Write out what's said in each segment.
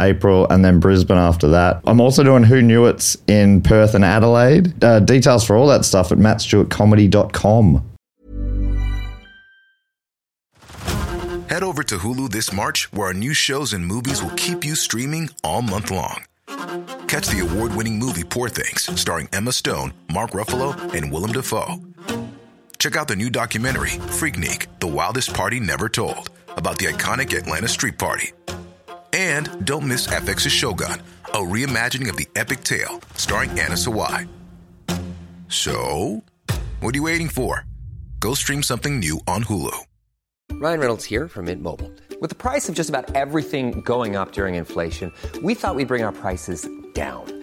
April, and then Brisbane after that. I'm also doing Who Knew It's in Perth and Adelaide. Uh, details for all that stuff at mattstewartcomedy.com. Head over to Hulu this March, where our new shows and movies will keep you streaming all month long. Catch the award winning movie Poor Things, starring Emma Stone, Mark Ruffalo, and Willem Dafoe. Check out the new documentary, Freaknik The Wildest Party Never Told, about the iconic Atlanta Street Party. And don't miss FX's Shogun, a reimagining of the epic tale, starring Anna Sawai. So, what are you waiting for? Go stream something new on Hulu. Ryan Reynolds here from Mint Mobile. With the price of just about everything going up during inflation, we thought we'd bring our prices down.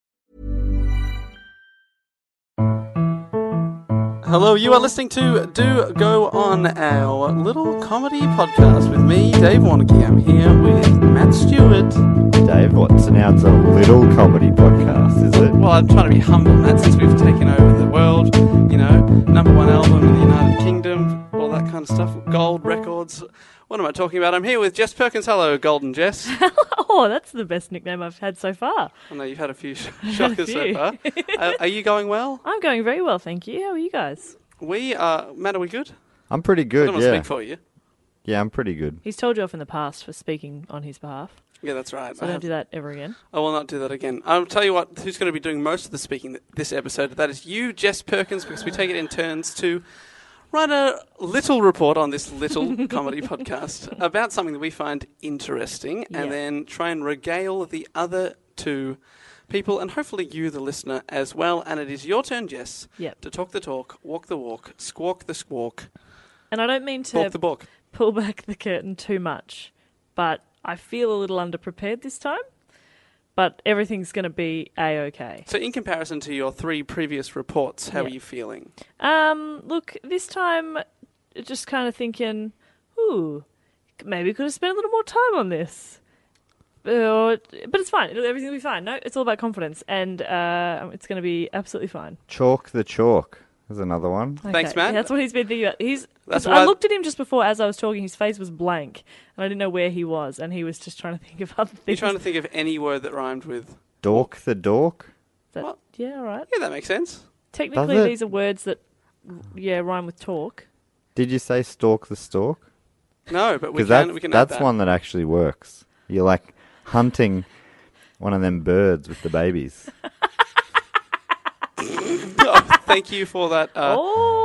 Hello, you are listening to Do Go On, our little comedy podcast with me, Dave Warnocky. I'm here with Matt Stewart. Dave, what's now it's a little comedy podcast, is it? Well, I'm trying to be humble, Matt, since we've taken over the world. You know, number one album in the United Kingdom, all that kind of stuff, gold records. What am I talking about? I'm here with Jess Perkins. Hello, Golden Jess. oh, that's the best nickname I've had so far. I know you've had a few sh- shockers few. so far. Uh, are you going well? I'm going very well, thank you. How are you guys? We are. Matt, are we good? I'm pretty I good, don't want to yeah. speak for you. Yeah, I'm pretty good. He's told you off in the past for speaking on his behalf. Yeah, that's right. So I don't have- do that ever again. I will not do that again. I'll tell you what, who's going to be doing most of the speaking th- this episode? That is you, Jess Perkins, because we take it in turns to write a little report on this little comedy podcast about something that we find interesting Yeah. and then try and regale the other two people and hopefully you, the listener, as well. And it is your turn, Jess, Yep. to talk the talk, walk the walk, squawk the squawk, And I don't mean to talk the book. pull back the curtain too much, but I feel a little underprepared this time. But everything's going to be a okay. So, in comparison to your three previous reports, how Yeah. are you feeling? Um, look, this time, just kind of thinking, ooh, maybe could have spent a little more time on this. Or, but it's fine. It'll, everything will be fine. No, it's all about confidence, and uh, it's going to be absolutely fine. Chalk the Chalk is another one. Thanks, Matt. That's what he's been thinking about. He's. That's I why- looked at him just before as I was talking. His face was blank, and I didn't know where he was. And he was just trying to think of other You're things. trying to think of any word that rhymed with. Dork the Dork? that- What? Yeah, all right. Yeah, that makes sense. Technically, Does it? these are words that, yeah, rhyme with talk. Did you say Stalk the Stork? No, but we Because can that's, we can add that's that. one that actually works. You're like hunting one of them birds with the babies. Oh, thank you for that uh,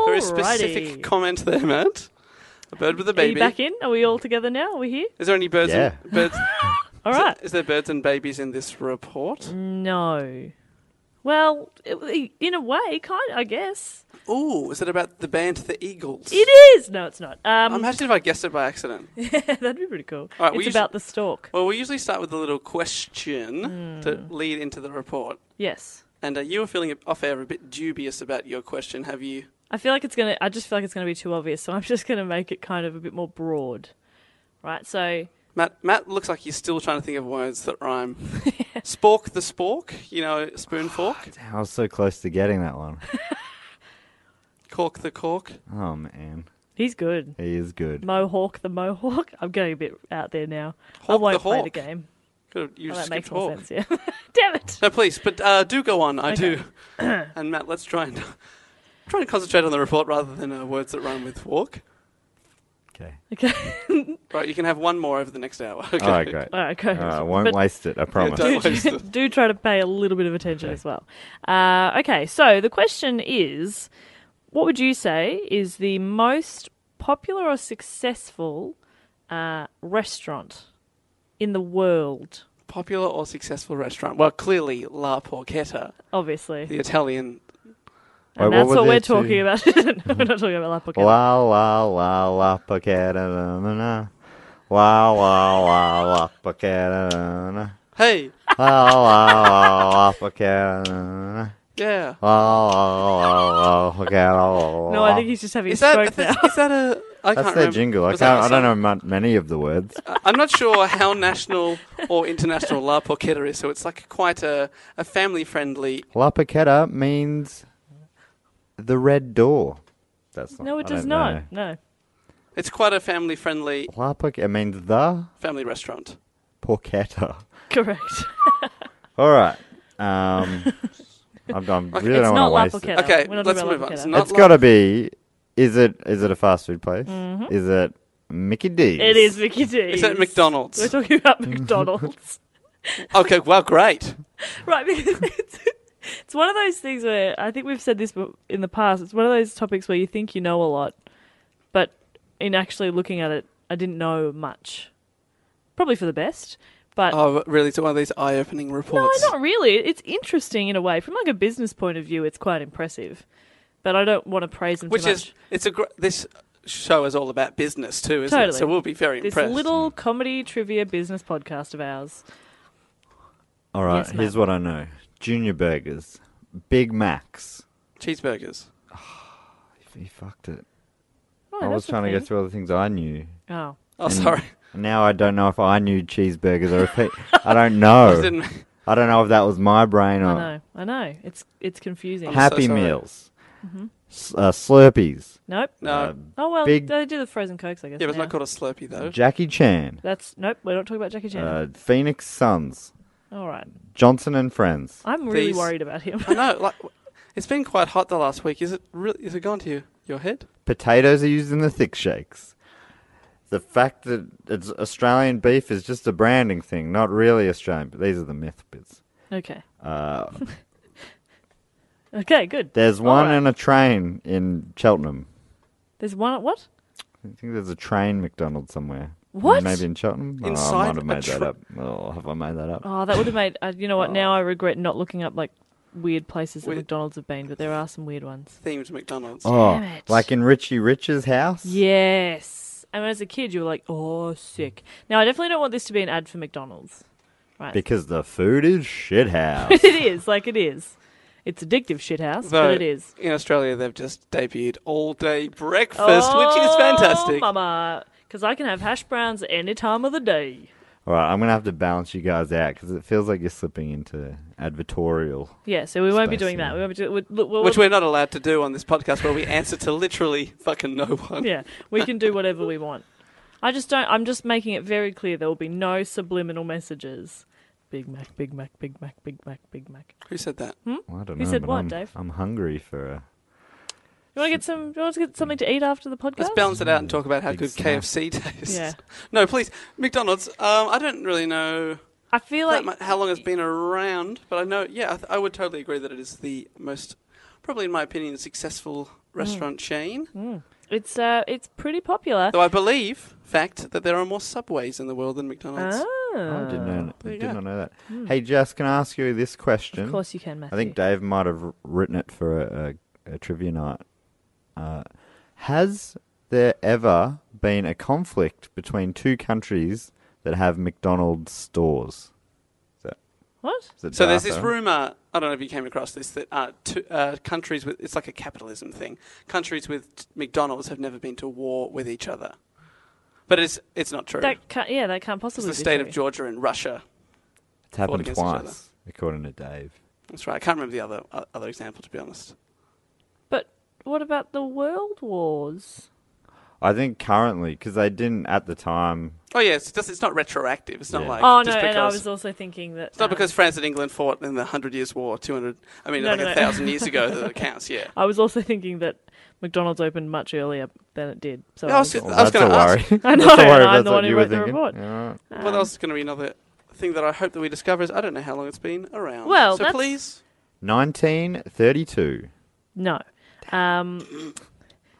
very Alrighty. specific comment there, Matt. A bird with a Are you baby. back in? Are we all together now? Are we here? Is there any birds? Yeah. And, birds? All right. Mm. Is there birds and babies in this report? No. Well, it- in a way, kind I guess Ooh, is it about the band The Eagles? it is. No, it's not. Um, Imagine if I guessed it by accident. that'd be pretty cool. All right, we it's usually- about the stalk. Well, we usually start with a little Hmm. question to lead into the report. Yes, And uh, you were feeling off air a bit dubious about your question. Have you? I feel like it's gonna. I just feel like it's gonna be too obvious, so I'm just gonna make it kind of a bit more broad. Right. So Matt, Matt looks like he's still trying to think of words that rhyme. Spork the spork, you know, spoon fork. I was so close to getting that one. Cork the cork. Oh, man. he's good. He is good. Mohawk the Mohawk. I'm getting a bit out there now. I Hawk the won't play the hawk. game. Could have, you Oh, just that makes skipped more Hawk. sense. Yeah. Damn it. No, please, but uh, do go on. I do. and Matt, let's try and try and concentrate on the report rather than uh, words that rhyme with walk. Okay. Okay. Right, you can have one more over the next hour. Okay. All right, great. All right. Go. All Uh, right, I won't But- waste it, I promise. don't- do, Don't waste it. do try to pay a little bit of attention as well. Uh, okay, so the question is what would you say is the most popular or successful uh, restaurant in the world? Popular or successful restaurant? Well, clearly La Porchetta, Obviously, the Italian. and Wait, that's were what, we're their talking two- about. we're not talking about La Porchetta. La la la la paqueta na na na. La la la la paqueta na na. Hey, La la la la paqueta na na. yeah. La la la la paqueta la la. No, I think he's just having Is a that, stroke is now. that- is that a? I That's can't their remember. jingle. I Was that can't. I a don't know mon- song? many of the words. I- I'm not sure how national or international La Porchetta is, so it's like quite a, a family friendly. La paqueta means the red door. That's not. No, it I does don't not. know. No. It's quite a family friendly La paqueta it means the family restaurant. paqueta. Correct. All right. Um, I'm, I'm Okay. really It's don't it's want not to La waste it. Porchetta. Okay, We're not let's talking about move on. La It's Porchetta. not It's like- got to be. Is it is it a fast food place? Is it Mickey D's? It is Mickey D's. Mm-hmm. Is that McDonald's? We're talking about McDonald's. Okay, well, great. right, because it's, it's one of those things where I think we've said this be- in the past. It's one of those topics where you think you know a lot, but in actually looking at it, I didn't know much. Probably for the best, but Oh, really? It's one of these eye opening no, reports. not really. It's interesting in a way. From like a business point of view, it's quite impressive. But I don't want to praise them Which too much. is, it's a gr- this show is all about business too, isn't it? Totally. So we'll be very this impressed. little comedy trivia business podcast of ours. All right. Yes, here's ma'am. what I know: Junior Burgers, Big Macs. Cheeseburgers. He fucked it. Oh, I that's was a trying to thing. go through all the things I knew. Oh, Oh, sorry. Now I don't know if I knew cheeseburgers or if it, I don't I know. didn't. I don't know if that was my brain I or know, I know. It's it's confusing. so Happy sorry. Meals, S- uh, Slurpees, nope. No. uh, Oh well, Big- they do the frozen cokes, I guess. yeah, but it's now. not called a Slurpee though. Jackie Chan, That's nope. We're not talking about Jackie Chan. uh, Phoenix Suns, All right, Johnson and Friends. I'm really these- worried about him. I know. Like, it's been quite hot the last week. Is it really? Is it gone to your, your head? Potatoes are used in the thick shakes. The fact that it's Australian beef is just a branding thing, not really Australian. But these are the myth bits. okay. Uh, Okay. Good. there's All one right. in a train in Cheltenham. There's one. What? I think there's a train McDonald's somewhere. What? Maybe in Cheltenham. oh, I Inside might a have made that tra- up. Oh, have I made that up? Oh, that would have made. Uh, you know what? Now I regret not looking up like weird places that Wait. McDonald's have been, but there are some weird ones. Themed McDonald's. Oh, Damn it. like in Richie Rich's house? Yes. And as a kid, you were like, "Oh, sick." Now I definitely don't want this to be an ad for McDonald's. Right. Because the food is shit house. it is like it is. It's addictive shithouse, Though, but it is. In Australia, they've just debuted all day breakfast, which is Oh, fantastic. mama. Because I can have hash browns any time of the day. All right, I'm going to have to balance you guys out because it feels like you're slipping into advertorial. Yeah, so we won't be Spicy. doing that. We won't be doing. We, look, we'll, which we're not allowed to do on this podcast, where we answer to literally fucking no one. yeah, we can do whatever we want. I just don't. I'm just making it very clear there will be no subliminal messages. Big Mac, Big Mac, Big Mac, Big Mac, Big Mac. Who said that? Well, I don't know. You Hmm? said but what, I'm, Dave? I'm hungry for a. You want to get some? You want to get something to eat after the podcast? Let's balance it out and talk about how Big good snack. KFC tastes. Yeah. No, please, McDonald's. Um, I don't really know I feel that like mu- how long it's been around, but I know. Yeah, I, th- I would totally agree that it is the most, probably in my opinion, Mm. successful restaurant chain. it's uh, it's pretty popular. Though I believe, fact, that there are more subways in the world than McDonald's. I Ah, didn't know, there you did go. not know that. Hey, Jess, can I ask you this question? Hmm. of course you can, Matthew. I think Dave might have written it for a, a, a trivia night. Uh, has there ever been a conflict between two countries that have McDonald's stores? Is that- what? is it So there's this Dartha? rumor. I don't know if you came across this that uh, two, uh, countries with it's like a capitalism thing. Countries with t- McDonald's have never been to war with each other, but it's it's not true. That can't, yeah, that can't it's possibly. the be state true. of Georgia and Russia. It's happened against each other. twice, according to Dave. That's right. I can't remember the other uh, other example to be honest. But what about the world wars? I think currently, because they didn't at the time. Oh yeah, it's just it's not retroactive. It's not Yeah. like Oh no, just and I because- was also thinking that uh, It's not because France and England fought in the Hundred Years' War, two hundred. I mean, No, like no, a no. thousand years ago that it counts. Yeah. I was also thinking that McDonald's opened much earlier than it did. So I was just- Well, I was that's going a to ask. worry. I know, that's a worry. and if I'm that's the what one who you were wrote the thinking. report. Yeah, right. Well, Um, that was going to be another thing that I hope that we discover is I don't know how long it's been around. Well, so that's- please. 1932. no. Um,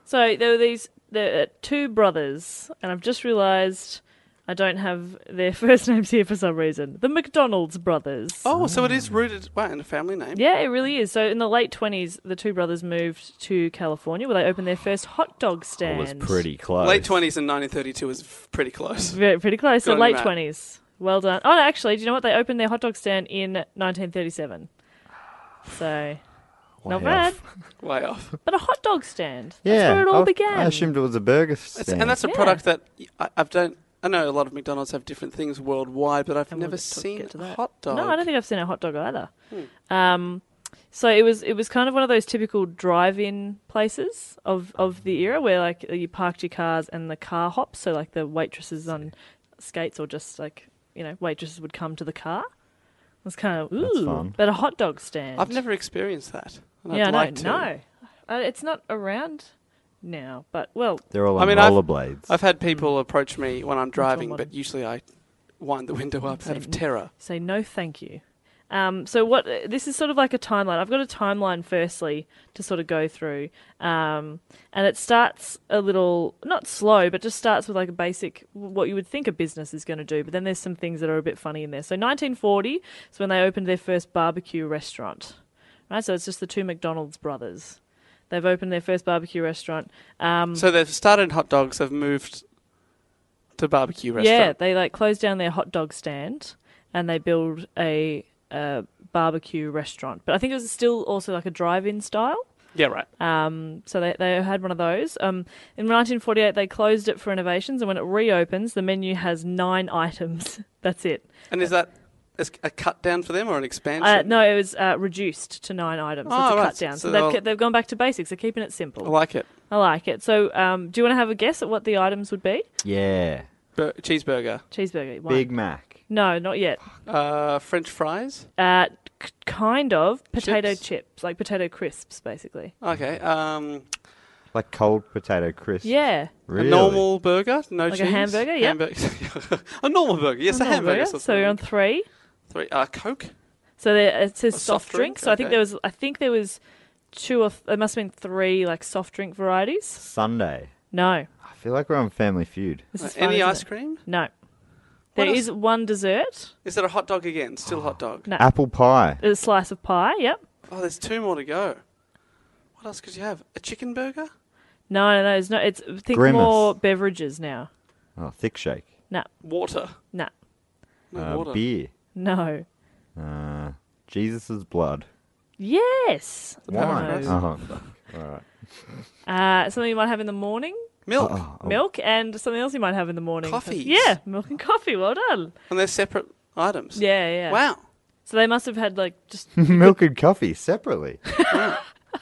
so there were these there are two brothers, and I've just realised I don't have their first names here for some reason. The McDonald's brothers. Oh, so it is rooted wow, in a family name. Yeah, it really is. So in the late twenties, the two brothers moved to California, where they opened their first hot dog It stand. was pretty close. Late 20s and 1932 is f- pretty close. Very, pretty close. Good So on you, late Matt. twenties. Well done. Oh, no, actually, do you know what? They opened their hot dog stand in 1937. So not Way bad, off. Way off. but a hot dog stand. That's Yeah, where it all I- began. I assumed it was a burger That's- stand. and that's a Yeah. product that I, I've don't. I know a lot of McDonald's have different things worldwide, but I've And we'll never get to- seen get to a that. hot dog. No, I don't think I've seen a hot dog either. Um, so it was it was kind of one of those typical drive-in places of of the era where like you parked your cars and the car hops. So like the waitresses on skates or just like you know waitresses would come to the car. It was kind of ooh, fun. but a hot dog stand. I've never experienced that. And yeah, I'd no, like to. no, uh, it's not around now. But well, They're all I on mean, I've- rollerblades. I've had people approach me when I'm driving, modern. but usually I wind the window up out of Same. terror. say no thank you um, so what this is sort of like a timeline i've got a timeline firstly to sort of go through um, and it starts a little not slow but just starts with like a basic what you would think a business is going to do but then there's some things that are a bit funny in there so 1940 is when they opened their first barbecue restaurant right so it's just the two mcdonald's brothers they've opened their first barbecue restaurant um, So they've started hot dogs, they've moved to barbecue Yeah, restaurant. they like close down their hot dog stand and they build a, uh barbecue restaurant. But I think it was still also like a drive-in style. Yeah, right. Um, so they, they had one of those. Um, in 1948, they closed it for renovations, and when it reopens, the menu has nine items. That's it. and is that is a cut down for them or an expansion? Uh, no, it was uh, reduced to nine items. So Oh, it's a right. cut down. So So, they've, they'll- ke- they've gone back to basics. They're keeping it simple. I like it. I like it. So um, do you want to have a guess at what the items would be? yeah. Bur- cheeseburger, Cheeseburger. one. Big Mac. No, not yet. uh, French fries. Uh, k- kind of potato Chips? chips? like potato crisps, basically. Okay. Um, Like cold potato crisp. Yeah, Really? A normal burger, no Like cheese. a hamburger, yeah. Hamburg- a normal burger, yes, a, Another hamburger. burger. So, So we're on three. three. Uh, Coke. So there, uh, it says A soft, soft drink. drink, So I think okay. there was, I think there was two or th- there must have been three like soft drink varieties. Sunday. No, I feel like we're on Family Feud. this Uh, is fun, any isn't ice it? cream? No, there else? is one dessert, Is it a hot dog again? Still hot dog. No. Apple pie. a slice of pie. Yep. Oh, there's two more to go. What else could you have? A chicken burger? No, no, no. It's not. It's think Grimace. more beverages now. Oh, thick shake. No, Water. no, No Uh, water. beer. no. Uh, Jesus' blood. Yes. Wine. No. Oh, fuck. Uh, something you might have in the morning. Milk. Uh-uh. milk and something else you might have in the morning. Oh. Coffees. Yeah, milk and coffee. Well done. And they're separate items. Yeah, yeah. Wow. So they must have had like just Milk and coffee separately.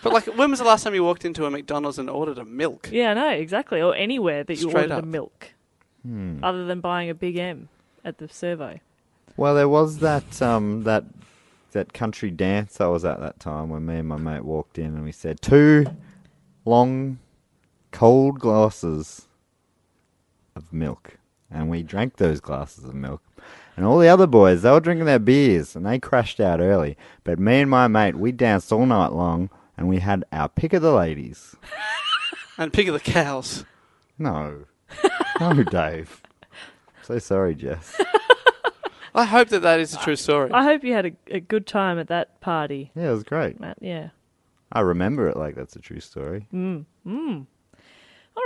But like, when was the last time you walked into a McDonald's and ordered a milk? yeah, I know exactly, or anywhere that you Straight ordered up. Hmm. a milk, other than buying a big M at the servo. Well, there was that um, that that country dance I was at that time when me and my mate walked in and we said two long cold glasses of milk, and we drank those glasses of milk. And all the other boys, they were drinking their beers and they crashed out early. But me and my mate, we danced all night long and we had our pick of the ladies. And pig of the cows. No, no, Dave. So sorry, Jess. I hope that that is a true story. I hope you had a, a good time at that party, Yeah, it was great. Matt. Yeah. I remember it like that's a true story. All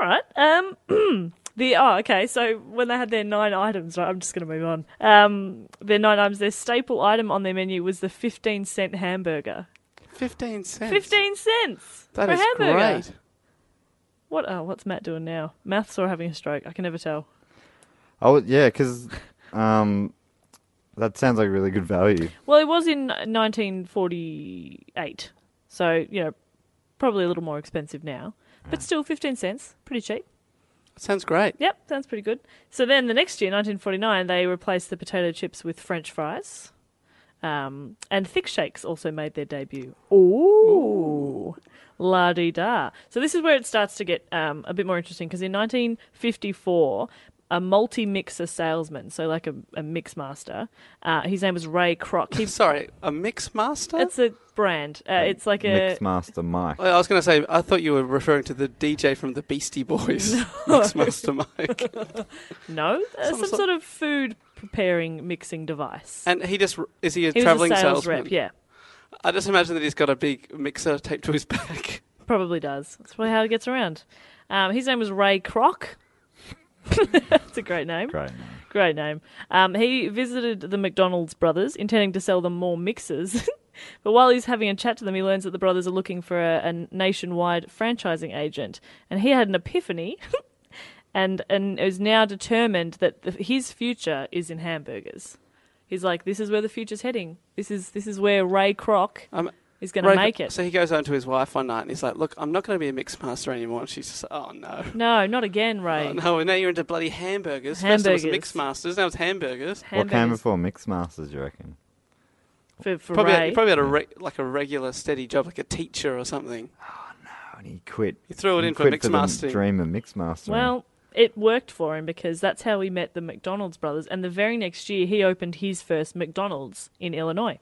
right. Um, the oh, okay. So when they had their nine items, right? I'm just going to move on. Um, their nine items. Their staple item on their menu was the 15 cent hamburger. Fifteen cents. 15 cents That for is a hamburger. great. What? Oh, what's Matt doing now? Maths or having a stroke? I can never tell. Oh yeah, because um, that sounds like really good value. Well, it was in 1948, so you know, probably a little more expensive now, but still 15 cents, pretty cheap. Ah. Sounds great. Yep, sounds pretty good. So then the next year, 1949, they replaced the potato chips with French fries. Um, and thick shakes also made their debut. Ooh. La di da. So this is where it starts to get um, a bit more interesting because in 1954, a multi mixer salesman, so like a, a mix master. Uh, his name was Ray Kroc. He, Sorry, a mix master? it's a brand. Uh, it's like a Mixmaster Mike. Well, I was going to say, I thought you were referring to the DJ from the Beastie Boys, Mixmaster Mike. no, uh, some, sort- sort of food preparing mixing device. And he just, is he a He was traveling a sales salesman? rep. Yeah, I just imagine that he's got a big mixer taped to his back. probably does. That's probably how he gets around. Um, his name was Ray Kroc. That's a great name. Great. Great name. Um, he visited the McDonald's brothers, intending to sell them more mixers. but while he's having a chat to them, he learns that the brothers are looking for a, a nationwide franchising agent. And he had an epiphany and, and is now determined that the, his future is in hamburgers. He's like, this is where the future's heading. This is, this is where Ray Kroc Um, is going to Ray- make it. So he goes home to his wife one night and he's like, Look, I'm not going to be a mixmaster anymore. And she's just, Oh, no. no, not again, Ray. Oh, no, now you're into bloody hamburgers. First it was Hamburgers. mixmasters, now it's hamburgers. What came Hamburgers before Mixmasters, do you reckon? for, for Probably, Ray. he probably had a re- like a regular, steady job, like a teacher or something. When he quit. He threw it in for quit mixmastering. the dream of Mixmastering. Well, it worked for him because that's how he met the McDonald's brothers. And the very next year, he opened his first McDonald's in Illinois.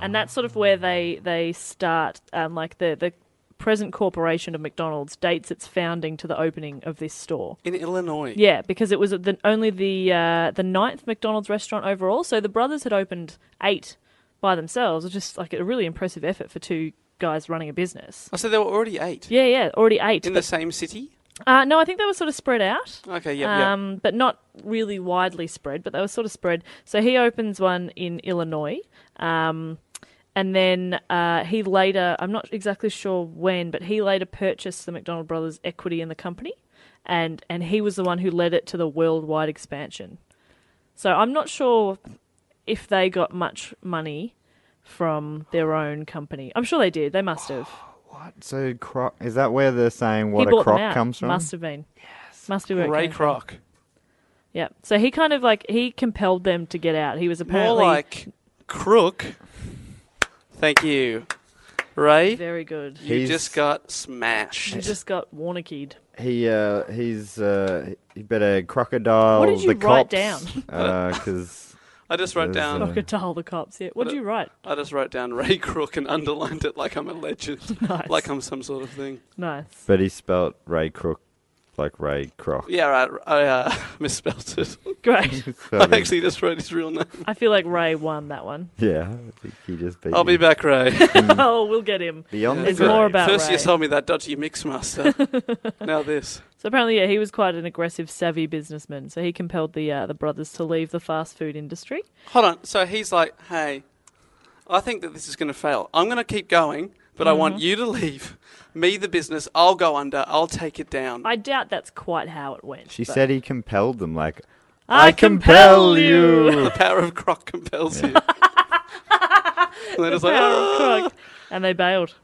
And that's sort of where they, they start, um, like the, the present corporation of McDonald's dates its founding to the opening of this store. In Illinois. Yeah, because it was the, only the uh, the ninth McDonald's restaurant overall. So the brothers had opened eight by themselves, which is like a really impressive effort for two guys running a business. Oh, so there were already eight. Yeah, yeah, already eight. In the same city? Uh, no, I think they were sort of spread out. Okay, yeah, yeah. Um, but not really widely spread, but they were sort of spread. So he opens one in Illinois. Um, and then uh, he later, I'm not exactly sure when, but he later purchased the McDonald brothers' equity in the company. And, and he was the one who led it to the worldwide expansion. So I'm not sure if they got much money from their own company. I'm sure they did. They must have. What? So, croc, is that where they're saying he what bought a them croc out. comes from? Must have been. Yes. Must be where it Ray came from. Kroc. Yeah. So he kind of like he compelled them to get out. He was More apparently like crook. Thank you. Ray, very good. you He's- just got He smashed. just got warnickied. He uh, he's uh, he better crocodile. What did you Oh, the write cops, uh, down? Because I just wrote There's, down. uh, Crocodile the cops. Yeah. What did you write? I just wrote down Ray Crook and underlined it like I'm a legend, Nice. like I'm some sort of thing. Nice. but he spelt Ray Crook like Ray Croc. Yeah, right. I uh, misspelled it. Great. So, I actually just wrote his real name. I feel like Ray won that one. yeah, I think he just beat I'll be you. back, Ray. oh, we'll get him. Beyond There's Hmm. the more grave. about First you Ray. sold me that dodgy mixmaster. now this. So apparently, yeah, he was quite an aggressive, savvy businessman. So he compelled the uh, the brothers to leave the fast food industry. Hold on. So he's like, "Hey, I think that this is going to fail. I'm going to keep going, but I Mm-hmm. want you to leave me the business. I'll go under. I'll take it down." I doubt that's quite how it went. She but- said he compelled them. Like I compel you." the power of croc compels you. and then it's like, Power "Ah." of Croc. and they bailed.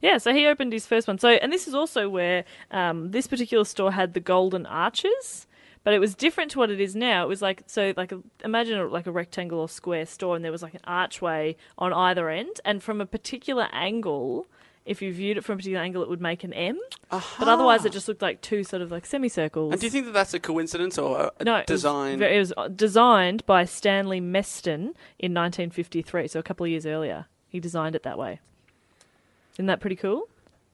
Yeah, so he opened his first one. So, and this is also where um, this particular store had the golden arches, but it was different to what it is now. It was like so, like a, imagine a, like a rectangle or square store, and there was like an archway on either end, and from a particular angle. If you viewed it from a particular angle, it would make an M. But otherwise, it just looked like two sort of like semicircles. and do you think that that's a coincidence or a No, it was design? ve- It was, uh, designed by Stanley Meston in 1953, so a couple of years earlier. He designed it that way. Isn't that pretty cool?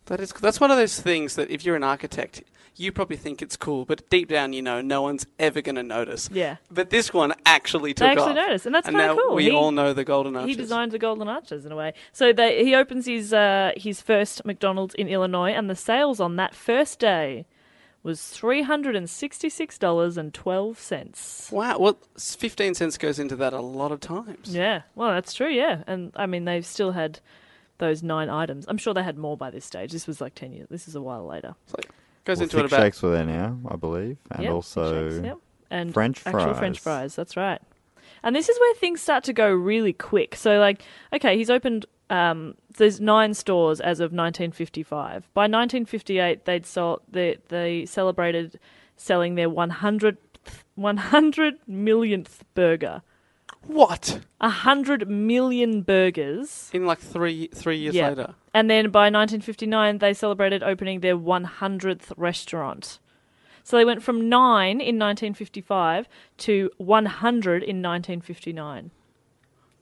That is, that's one of those things that if you're an architect, you probably think it's cool, but deep down you know no one's ever going to notice. Yeah. But this one actually took actually off. noticed, and that's And kinda now cool. we He- all know the golden arches. He designed the Golden Arches in a way. So they, he opens his uh, his first McDonald's in Illinois, and the sales on that first day was three hundred and sixty six dollars and twelve cents. Wow. Well, s- fifteen cents goes into that a lot of times. Yeah, well, that's true. Yeah, and I mean they've still had those nine items. I'm sure they had more by this stage. This was like ten years. This is a while later. It's like, goes well, into it Six about. Shakes were there now, I believe, and Yep, also shakes, yep. and French actual French fries. fries. That's right. And this is where things start to go really quick. So, like, okay, he's opened um, there's nine stores as of 1955. By 1958, they'd sold they they celebrated selling their 100 100 millionth burger. What? A hundred million burgers. In like three three years Yeah. later. And then by 1959, they celebrated opening their 100th restaurant. So they went from nine in 1955 to 100 in 1959.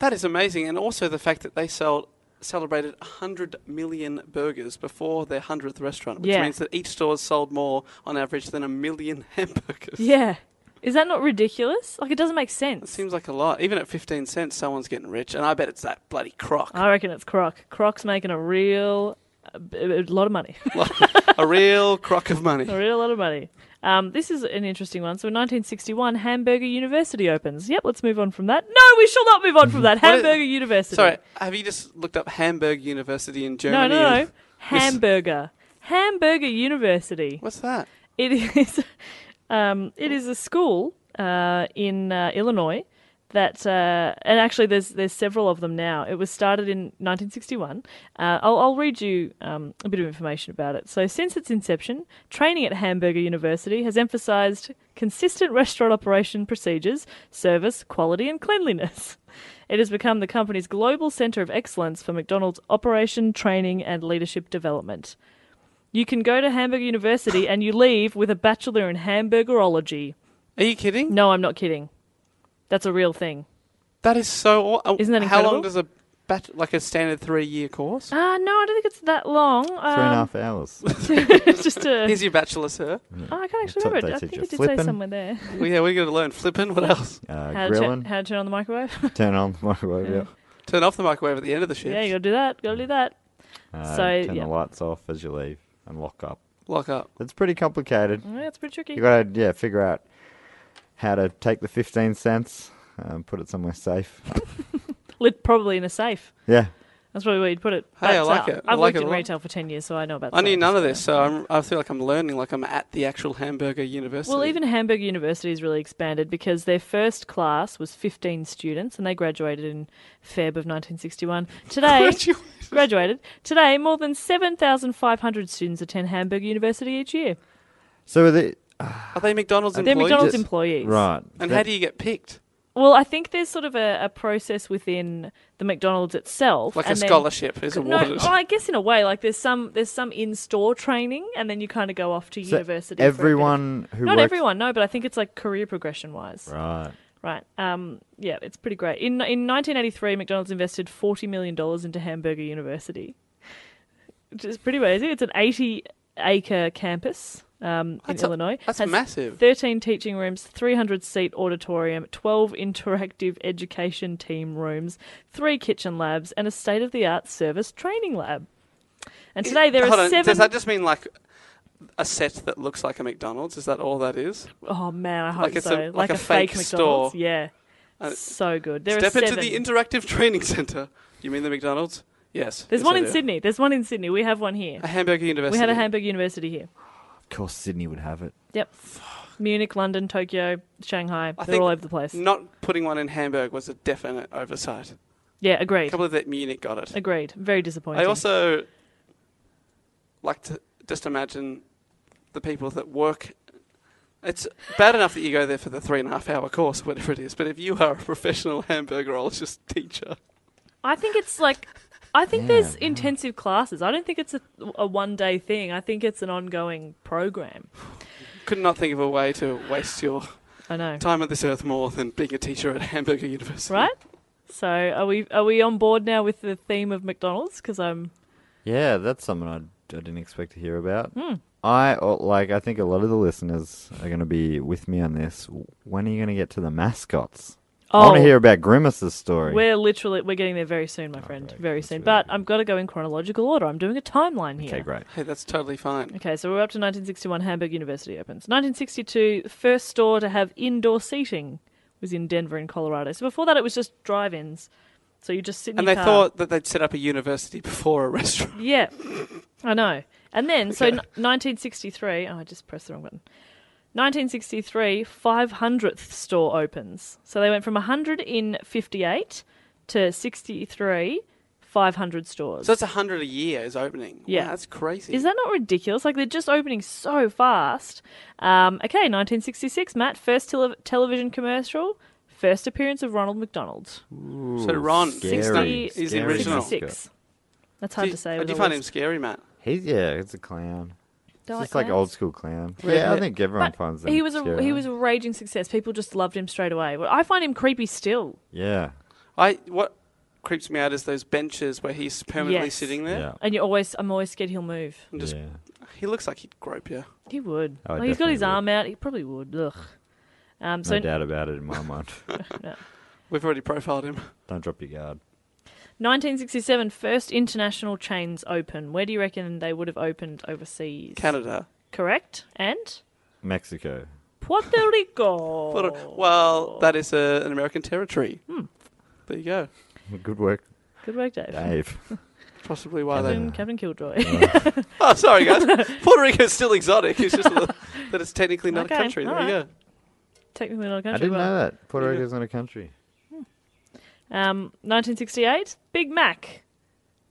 That is amazing, and also the fact that they sold celebrated 100 million burgers before their 100th restaurant, which Yeah. means that each store sold more on average than a million hamburgers. Yeah. Is that not ridiculous? Like, it doesn't make It sense. seems like a lot. Even at 15 cents, someone's getting rich, and I bet it's that bloody croc. I reckon it's Croc. Croc's making a real a, b- a lot of money. a real crock of money. a real lot of money. Um, this is an interesting one. So in 1961, Hamburger University opens. Yep, let's move on from that. No, we shall not move on from that. What is- Hamburger University. Sorry, have you just looked up Hamburg University in No, Germany? no, no. and- Hamburger. Hamburger University. What's that? It is, um, it is a school uh, in uh, Illinois that, uh, and actually, there's there's several of them now. It was started in 1961. Uh, I'll, I'll read you um, a bit of information about it. So, since its inception, training at Hamburger University has emphasized consistent restaurant operation procedures, service, quality, and cleanliness. It has become the company's global center of excellence for McDonald's operation, training, and leadership development. You can go to Hamburg University and you leave with a bachelor in hamburgerology. Are you kidding? No, I'm not kidding. That's a real thing. That is so. aw- uh, Isn't that How incredible? long does a bat, like a standard three-year course? Uh, no, I don't think it's that long. Three and a Um, half hours. it's just a. Here's your bachelor, sir. Oh, I can't actually They remember it. teach I you think it did say flipping. somewhere there. well, yeah, we're going to learn flipping. What else? Uh, How to, turn, grilling. how to turn on the microwave. Turn on the microwave. Yeah. Turn off the microwave at the end of the shift. yeah, you gotta do that. Gotta do that. Uh, So, turn yeah. the lights off as you leave and lock up. Lock up. It's pretty complicated. Yeah, it's pretty tricky. You gotta yeah figure out how to take the fifteen cents, um, put it somewhere safe. Lit probably in a safe. yeah, That's probably where you'd put it. Hey, But, I uh, like it. I I've like worked it a in lot. retail for 10 years, so I know about I knew that. none of this, so I'm, I feel like I'm learning, like I'm at the actual Hamburger University. Well, even Hamburg University has really expanded because their first class was 15 students and they graduated in Feb of 1961. Today, graduated. Today, more than 7,500 students attend Hamburg University each year. so with it are they McDonald's They're employees? McDonald's employees. right. And That- how do you get picked? Well, I think there's sort of a, a process within the McDonald's itself. Like a Oh, and then- scholarship is No, awarded. oh, I guess in a way, like there's some there's some in-store training, and then you kind of go off to so university. for a bit of- Everyone who not works, everyone, no, but I think it's like career progression wise. Right. Right. Um, yeah, it's pretty great. In, in 1983, McDonald's invested $40 million into Hamburger University, which is pretty amazing. It's an 80 acre campus um, in That's a- Illinois. that's Has massive. 13 teaching rooms, 300 seat auditorium, 12 interactive education team rooms, three kitchen labs, and a state of the art service training lab. And today there Hold are on, seven Does that just mean like a set that looks like a McDonald's? Is that all that is? Oh man, I hope Like it's a- so. like a fake McDonald's. store. Yeah. so good. There Step are into seven. the interactive training center. You mean the McDonald's? Yes. There's Yes, one I in do. Sydney. There's one in Sydney. We have one here. A Hamburger University. We had a Hamburg University here. Of course, Sydney would have it. Yep. Munich, London, Tokyo, Shanghai. I They're think all over the place. Not putting one in Hamburg was a definite oversight. yeah, A agreed. couple of that Munich got it. Agreed. Very I disappointing. also like to just imagine the people that work. It's bad enough that you go there for the three and a half hour course, whatever it is, but if you are a professional hamburgerologist teacher, I think it's like, I think there's intensive classes. I don't think it's a, a one day thing. I think it's an ongoing program. could not think of a way to waste your I know. time on this earth more than being a teacher at Hamburger University. Right? So are we are we on board now with the theme of McDonald's? um, Because I'm Yeah, that's something I, I didn't expect to hear about. Hmm. I uh, like. I think a lot of the listeners are going to be with me on this. When are you going to get to the mascots? I want Oh. to hear about Grimace's story. we're literally we're getting there very soon, my friend, very soon. But I'm got to go in chronological order. I'm doing a timeline here. okay, great. Hey, that's totally fine. Okay, so we're up to 1961. Hamburg University opens. 1962, the first store to have indoor seating was in Denver, in Colorado. So before that, it was just drive-ins. So you just sit in And your they car. thought that they'd set up a university before a restaurant. Yeah, I know. And then, so n- 1963, oh, I just pressed the wrong button. 1963, 500th store opens. So they went from 100 in 58 to 63, 500 stores. So that's 100 a year is opening. Wow, Yeah. that's crazy. Is that not ridiculous? Like they're just opening so fast. Um, okay, 1966, Matt, first tele- television commercial, first appearance of Ronald McDonald. so Ron, scary. he's, not, he's the Scary original. mascot. 66. That's hard do you, to say. do with you all find him this. scary, Matt? He's yeah, it's a clown. Don't It's like just like clowns. old school clown. Yeah, I think everyone But finds that. he was a he was a raging success. People just loved him straight away. Well, I find him creepy still. Yeah. I what creeps me out is those benches where he's permanently Yes. sitting there. Yeah. And you always, I'm always scared he'll move. And just yeah. he looks like he'd grope you. He would. Oh, like, he's got his definitely would. arm out. He probably would. Ugh. Um, No so doubt about it in my mind. We've already profiled him. Don't drop your guard. 1967, first international chains open. Where do you reckon they would have opened overseas? Canada. Correct. And Mexico. Puerto Rico. Puerto- Well, that is a, an American territory. Hmm. There you go. Good work, Good work, Dave. Dave. Possibly why Captain, they. Captain Killjoy. Oh, sorry, guys. Puerto Rico is still exotic. It's just a- that it's technically not Okay, a country. There you alright. go. Technically not a country. I didn't but- know that. Puerto Rico's not a country. Um, 1968, Big Mac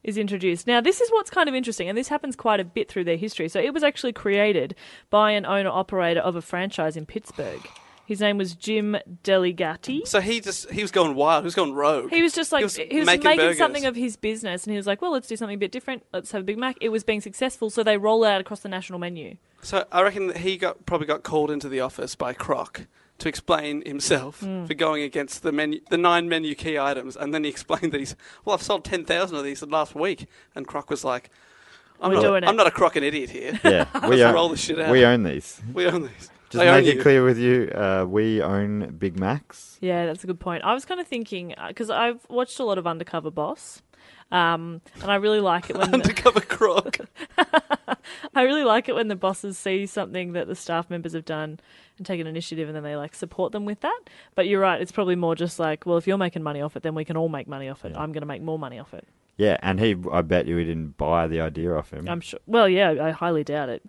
is introduced. Now, this is what's kind of interesting, and this happens quite a bit through their history. So, it was actually created by an owner operator of a franchise in Pittsburgh. His name was Jim Deligatti. So he just he was going wild. He was going rogue. He was just like he was, making, burgers. something of his business, and he was like, "Well, let's do something a bit different. Let's have a Big Mac." It was being successful, so they roll out across the national menu. So I reckon that he got probably got called into the office by Croc to explain himself Hmm. for going against the menu, the nine menu key items, and then he explained that he's well, I've sold ten thousand of these the last week, and Croc was like, I'm We're not, doing it. I'm not a Croc and idiot here. Yeah, we Let's own. roll this shit out. We own these. We own these. Just I own make it you. clear with you, uh, we own Big Macs. Yeah, that's a good point. I was kind of thinking because I've watched a lot of Undercover Boss, um, and I really like it when the- Undercover Croc. I really like it when the bosses see something that the staff members have done and take an initiative and then they like support them with that. But you're right, it's probably more just like, well, if you're making money off it, then we can all make money off it. I'm going to make more money off it. Yeah, and he, I bet you he didn't buy the idea off him. I'm sure. Well, yeah, I highly doubt it.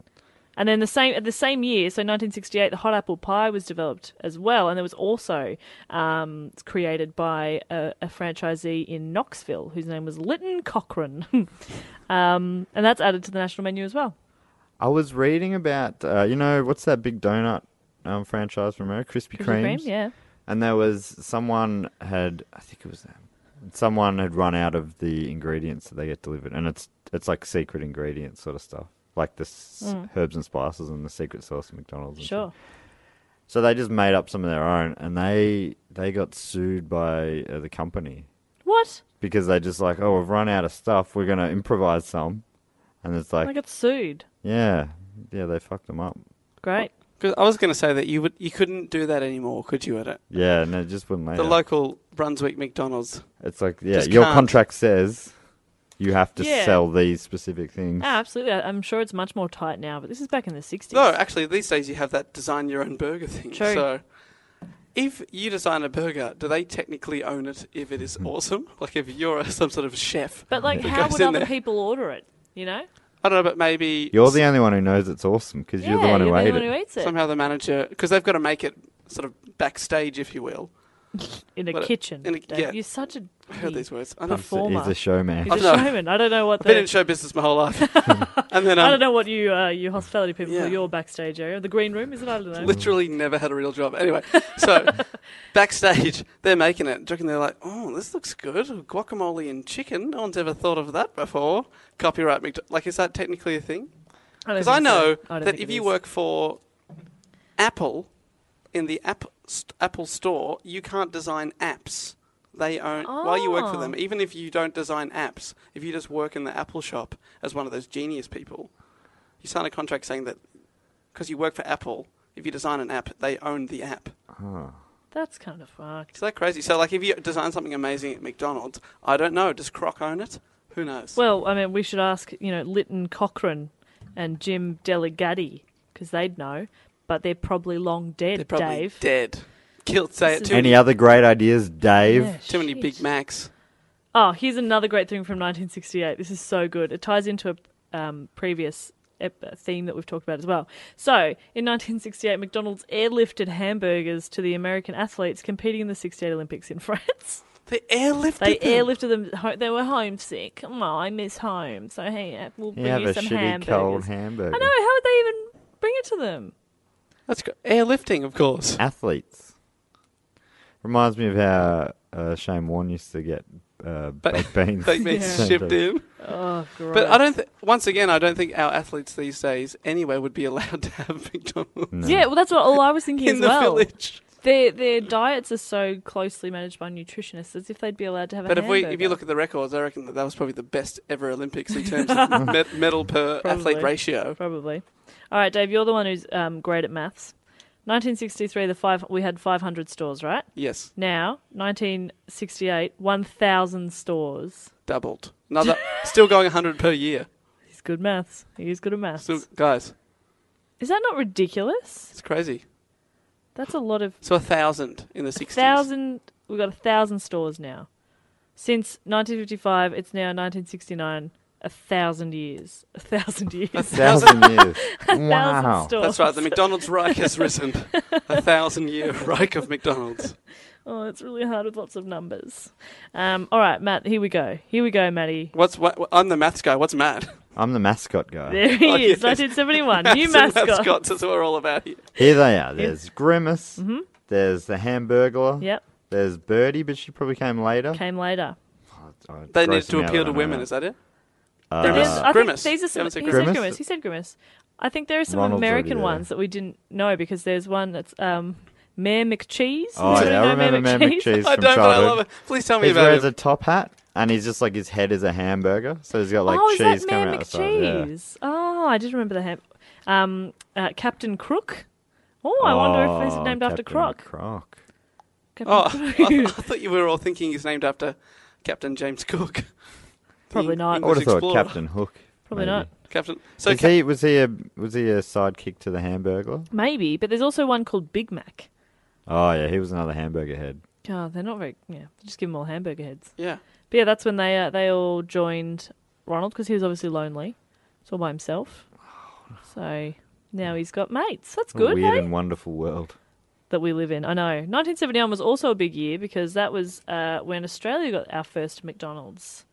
And then the same the same year, so 1968, the hot apple pie was developed as well, and it was also um, created by a, a franchisee in Knoxville whose name was Lytton Cochran, um, and that's added to the national menu as well. I was reading about, uh, you know, what's that big donut um, franchise from America? Krispy Krispy Kreme, Kreme. yeah. And there was someone had, I think it was them. Someone had run out of the ingredients that they get delivered, and it's it's like secret ingredients sort of stuff, like the s- herbs and spices and the secret sauce at McDonald's. And shit. Mm. Sure. So they just made up some of their own, and they they got sued by uh, the company What? because they just like, oh, we've run out of stuff. We're gonna improvise some, and it's like, I got sued. yeah, yeah, they fucked them up. Great. 'Cause I was going to say that you would you couldn't do that anymore, could you? At it, Yeah, and they just wouldn't let. the it. local Brunswick McDonald's. It's like, yeah, Just your can't. contract says you have to Yeah. sell these specific things. Ah, absolutely. I- I'm sure it's much more tight now, but this is back in the 60s. No, actually, these days you have that design your own burger thing. True. So, if you design a burger, do they technically own it if it Hmm. is awesome? Like if you're some sort of chef. but, like, that how goes would in other there. people order it? You know? I don't know, but maybe You're the only one who knows it's awesome because you're the Yeah, one who you're ate the one it. who eats it. somehow the manager because they've got to make it sort of backstage, if you will. in a But- kitchen. in a- Dave. yeah. You're such a I heard these words. I know. He's a- performer. He's a showman. He's a I don't know. showman. I don't know what I've been in the... show business my whole life, and then I um, don't know what you, uh, you hospitality people Yeah. call your backstage area. The green room, is it? I don't know. literally never had a real job. Anyway, so backstage they're making it. Do you reckon they're like, oh, this looks good, guacamole and chicken. No one's ever thought of that before. Copyright McDo- like is that technically a thing? don't Because think I know so. I don't that think if it you is. work for Apple in the app st- Apple Store, you can't design apps. They own while you work for them. Oh. Even if you don't design apps, if you just work in the Apple shop as one of those genius people, you sign a contract saying that because you work for Apple, if you design an app, they own the app. That's kind of fucked. Is that crazy? So, like, if you design something amazing at McDonald's, I don't know. Does Croc own it? Who knows? Well, I mean, we should ask, you know, Lytton Cochran and Jim Delegatti, because they'd know. But they're probably long dead, they're probably Dave. dead. Killed. Say it. This Too, is- Any other great ideas, Dave? Yeah, too many shit. Big Macs. Oh, here's another great thing from 1968. This is so good. It ties into a um, previous ep- uh, theme that we've talked about as well. So, in 1968, McDonald's airlifted hamburgers to the American athletes competing in the 68 Olympics in France. They airlifted. They them. airlifted them. ho- They were homesick. Oh, I miss home. So, hey, we'll You bring have you a some shitty hamburgers. cold hamburger. I know. How would they even bring it to them? That's good. Airlifting, of course. Athletes. Reminds me of how uh, Shane Warne used to get uh, But- baked beans. Baked beans shipped in. Oh, gross. But I don't. Th- once again, I don't think our athletes these days anywhere would be allowed to have McDonald's Yeah, well, that's what all I was thinking in as the well. village. Their their diets are so closely managed by nutritionists as if they'd be allowed to have a But if we, if you hamburger. look at the records, I reckon that that was probably the best ever Olympics in terms of med- medal per Probably. athlete ratio. Probably. All right, Dave, you're the one who's um, great at maths. 1963, the five we had 500 stores, right? Yes, Now, 1968, 1,000 stores. doubled. Another, still going 100 per year. He's good maths. He is good at maths. Still, guys, Is that not ridiculous? it's crazy. That's a lot of So a thousand in the 60s. thousand. We've got a thousand stores now. Since 1955, it's now 1969. A thousand years. A thousand years. A Thousand years. thousand wow. stores. That's right. The McDonald's Reich has risen. A thousand year Reich of McDonald's. Oh, it's really hard with lots of numbers. Um, all right, Matt, here we go. Here we go, Matty. What's what, I'm the maths guy. What's Matt? I'm the mascot guy. There he Oh, is, yes. 1971. New Maths and mascot. Mascots. That's what we're all about here. Here they are. Uh, There's Grimace. There's the Hamburglar. Mm-hmm. Yep, There's Birdie, but she probably came later. came later. Oh, it They need grosses to me out appeal that to I know women. that. Is that it? But there's- I think Uh, Grimace. These are You some, he haven't said said Grimace? grimace. He said grimace. I think there are some Ronald's already American there. ones that we didn't know because there's one that's um, Mayor McCheese. Oh, Does yeah, I everybody know remember Mayor McCheese I from don't, but I childhood. love it. Please tell me He about wears it. a top hat, and he's just like his head is a hamburger, so he's got like oh, is cheese that coming Mayor out the side. Yeah. McCheese? Oh, I did remember the ham. Um, uh, Captain Crook. Oh, I wonder if he's Oh, named after Captain Croc. Croc. Captain Oh, I, Crook. th- I thought you were all thinking he's named after Captain James Cook. Probably The not. I I English would have thought explorer. Captain Hook. Probably maybe. not. Captain. So Is Cap- he was he a was he a sidekick to the hamburger? Maybe, but there's also one called Big Mac. Oh yeah, he was another hamburger head. Oh, they're not very. Yeah, just give them all hamburger heads. yeah, But yeah, that's when they uh, they all joined Ronald because he was obviously lonely. It's all by himself. So now he's got mates. That's What a good, weird hey? and wonderful world. That we live in. I know. 1971 was also a big year because that was uh, when Australia got our first McDonald's.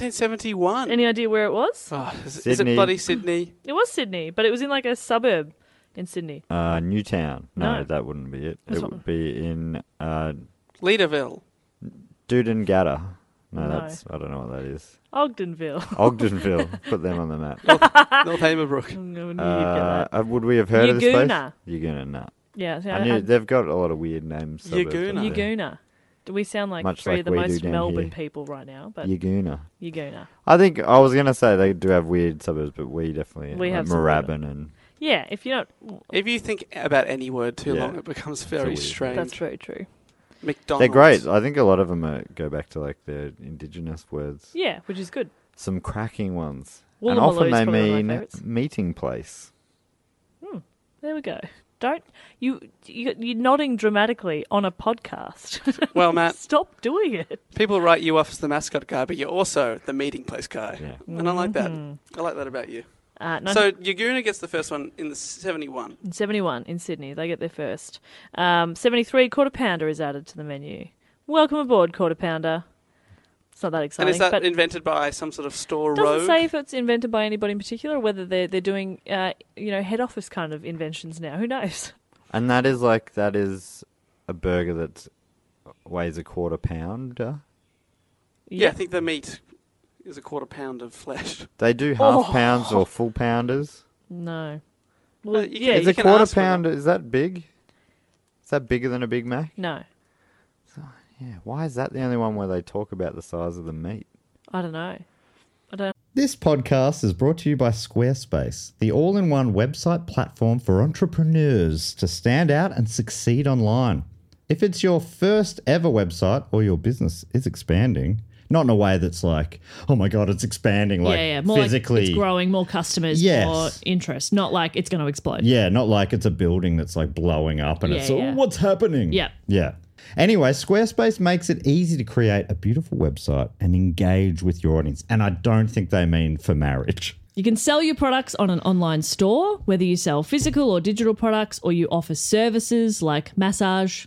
1971. Any idea where it was? Oh, is, it- is it Sydney. bloody Sydney? It was Sydney, but it was in like a suburb in Sydney. Uh, Newtown. No, No. that wouldn't be it. That's it what- would be in uh, Leaderville. Dudongada. No, No. that's I don't know what that is. Ogdenville. Ogdenville. Put them on the map. Ah. North Hamerbrook. I knew you'd get Uh, that. uh, would we have heard of this place? Yaguna. Yaguna. Nah. Yeah, see, I I knew had- they've got a lot of weird names. suburbs up Yaguna. there. Yaguna. Do We sound like Much three like of the we do most down Melbourne here. people right now, but Yaguna. Yaguna. I think I was gonna say they do have weird suburbs, but we definitely We like have some weird- Moorabbin and Yeah, if you don't, If you think about any word too Yeah. long, it becomes very weird. strange. that's very true. McDonald's. they're great. I think a lot of them are, go back to like their indigenous words. Yeah, which is good. Some cracking ones, and Woolloomooloo often is they probably one of my mean favourites. meeting place. There we go. Don't you, you you're nodding dramatically on a podcast. Well, Matt, Stop doing it. people write you off as the mascot guy, but you're also the meeting place guy, Yeah. and I like that. Mm-hmm. I like that about you. Uh, So Yaguna gets the first one in the 71. 1971 in Sydney, they get there first. Um, 73 quarter pounder is added to the menu. Welcome aboard, quarter pounder. It's not that And exciting, is that but invented by some sort of store it doesn't road? say if it's invented by anybody in particular, or whether they're they're doing uh, you know head office kind of inventions now. Who knows? And that is like that is a burger that weighs a quarter pounder. Yeah, I think the meat is a quarter pound of flesh. They do Oh. half pounds or full pounders. No. Well, Uh, you yeah. can- is you- a can quarter ask for them. pounder? Is that big? Is that bigger than a Big Mac? no. Yeah. Why is that the only one where they talk about the size of the meat? I don't know. This podcast is brought to you by Squarespace, the all in one website platform for entrepreneurs to stand out and succeed online. If it's your first ever website or your business is expanding, not in a way that's like, oh my God, it's expanding, like physically. growing, more customers, Yes. more interest. Not like it's going to explode. Yeah, not like it's a building that's like blowing up and Yeah, it's, oh, yeah. what's happening? Yeah. Yeah. Anyway, Squarespace makes it easy to create a beautiful website and engage with your audience. And I don't think they mean for marriage. You can sell your products on an online store, whether you sell physical or digital products, or you offer services like massage,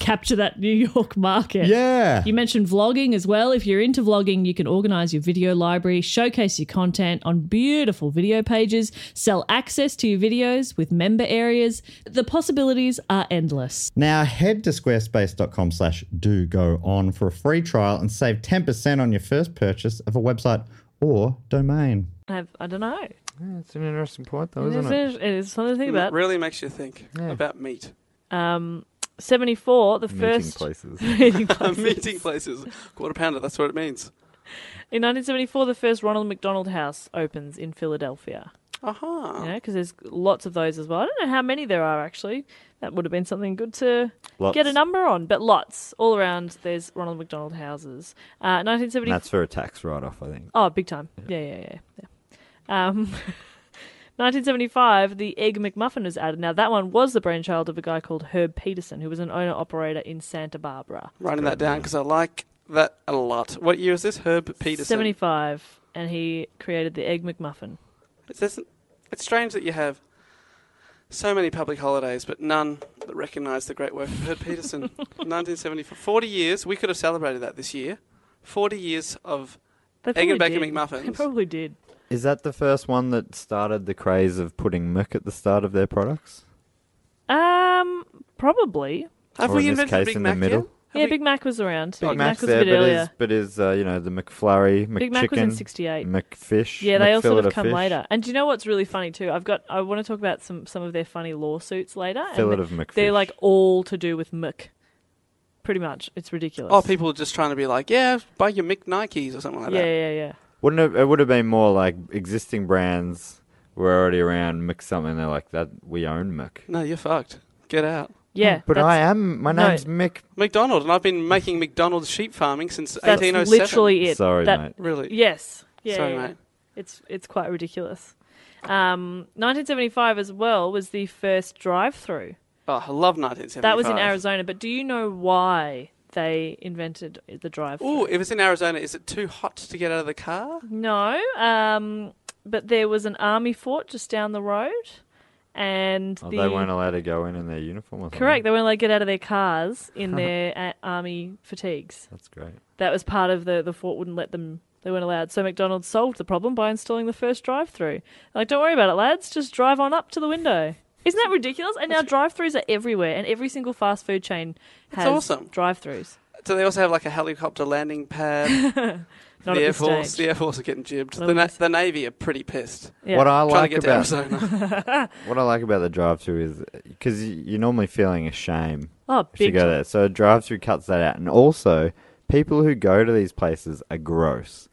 Capture that New York market. Yeah. You mentioned vlogging as well. If you're into vlogging, you can organize your video library, showcase your content on beautiful video pages, sell access to your videos with member areas. The possibilities are endless. Now head to squarespace.com slash do go on for a free trial and save 10% on your first purchase of a website or domain. I, I don't know. Yeah, it's an interesting point, though, It isn't it? is, it is something to think It about. really makes you think about meat. Um, 74, the Meeting first. places. meeting place. Meeting places. Quarter pounder, that's what it means. In 1974, the first Ronald McDonald House opens in Philadelphia. Aha. You know, because there's lots of those as well. I don't know how many there are actually. That would have been something good to Lots. get a number on, but lots all around. There's Ronald McDonald houses. Uh, 1970. That's for a tax write-off, I think. Oh, big time. Yeah, yeah, yeah. yeah. Um, 1975, the Egg McMuffin was added. Now, that one was the brainchild of a guy called Herb Peterson, who was an owner operator in Santa Barbara. Writing that down because I like that a lot. What year is this? Herb Peterson. 75, and he created the Egg McMuffin. It's, it's- it's strange that you have so many public holidays, but none that recognise the great work of Herb Peterson. 1970, for 40 years, we could have celebrated that this year. 40 years of They Egg and probably Bacon did. They McMuffins. probably did. Is that the first one that started the craze of putting milk at the start of their products? Um, probably. Have Or we in this invented case, Big in the Mac middle? yet? Have yeah, we- Big Mac was around. Big Mac's was a there, bit but earlier. is, but is uh, you know the McFlurry, McChicken, Big Mac was in 68. McFish. Yeah, they all sort McFillet of come fish, later. And do you know what's really funny too? I've got I want to talk about some some of their funny lawsuits later. and Fillet they- of McFish. They're like all to do with Mc. Pretty much, it's ridiculous. Oh, people are just trying to be like, yeah, buy your Mick Nikes or something like Yeah, that. yeah, yeah. Wouldn't it, it would have been more like existing brands were already around Mc something. They're like that we own Mc. No, you're fucked. Get out. Yeah, Hmm, But that's, I am. My no. name's Mick. McDonald, and I've been making McDonald's sheep farming since that's 1807. literally it. Sorry, That- mate. Really? Yes. Yeah, Sorry, yeah, yeah. mate. It's it's quite ridiculous. Um, 1975 as well was the first drive-through. Oh, I love 1975. That was in Arizona. But do you know why they invented the drive-through? Ooh, if it's in Arizona, is it too hot to get out of the car? No, um, but there was an army fort just down the road, and Oh, the they weren't allowed to go in in their uniform. Or something. correct they weren't allowed to get out of their cars in their uh, army fatigues. That's great. That was part of the the fort wouldn't let them. They weren't allowed. So McDonald's solved the problem by installing the first drive-through. Like, don't worry about it, lads. Just drive on up to the window. Isn't that ridiculous? And now drive-throughs are everywhere, and every single fast food chain has awesome. drive-throughs. Do they also have like a helicopter landing pad? Not the at Air this Force, stage. the Air Force are getting jibbed. Not The, at na- this- the Navy are pretty pissed. Yeah. What I like trying to get about to Arizona. what I like about the drive-through is because you're normally feeling a shame Oh, if you big go time. there. So a drive-through cuts that out, and also people who go to these places are gross.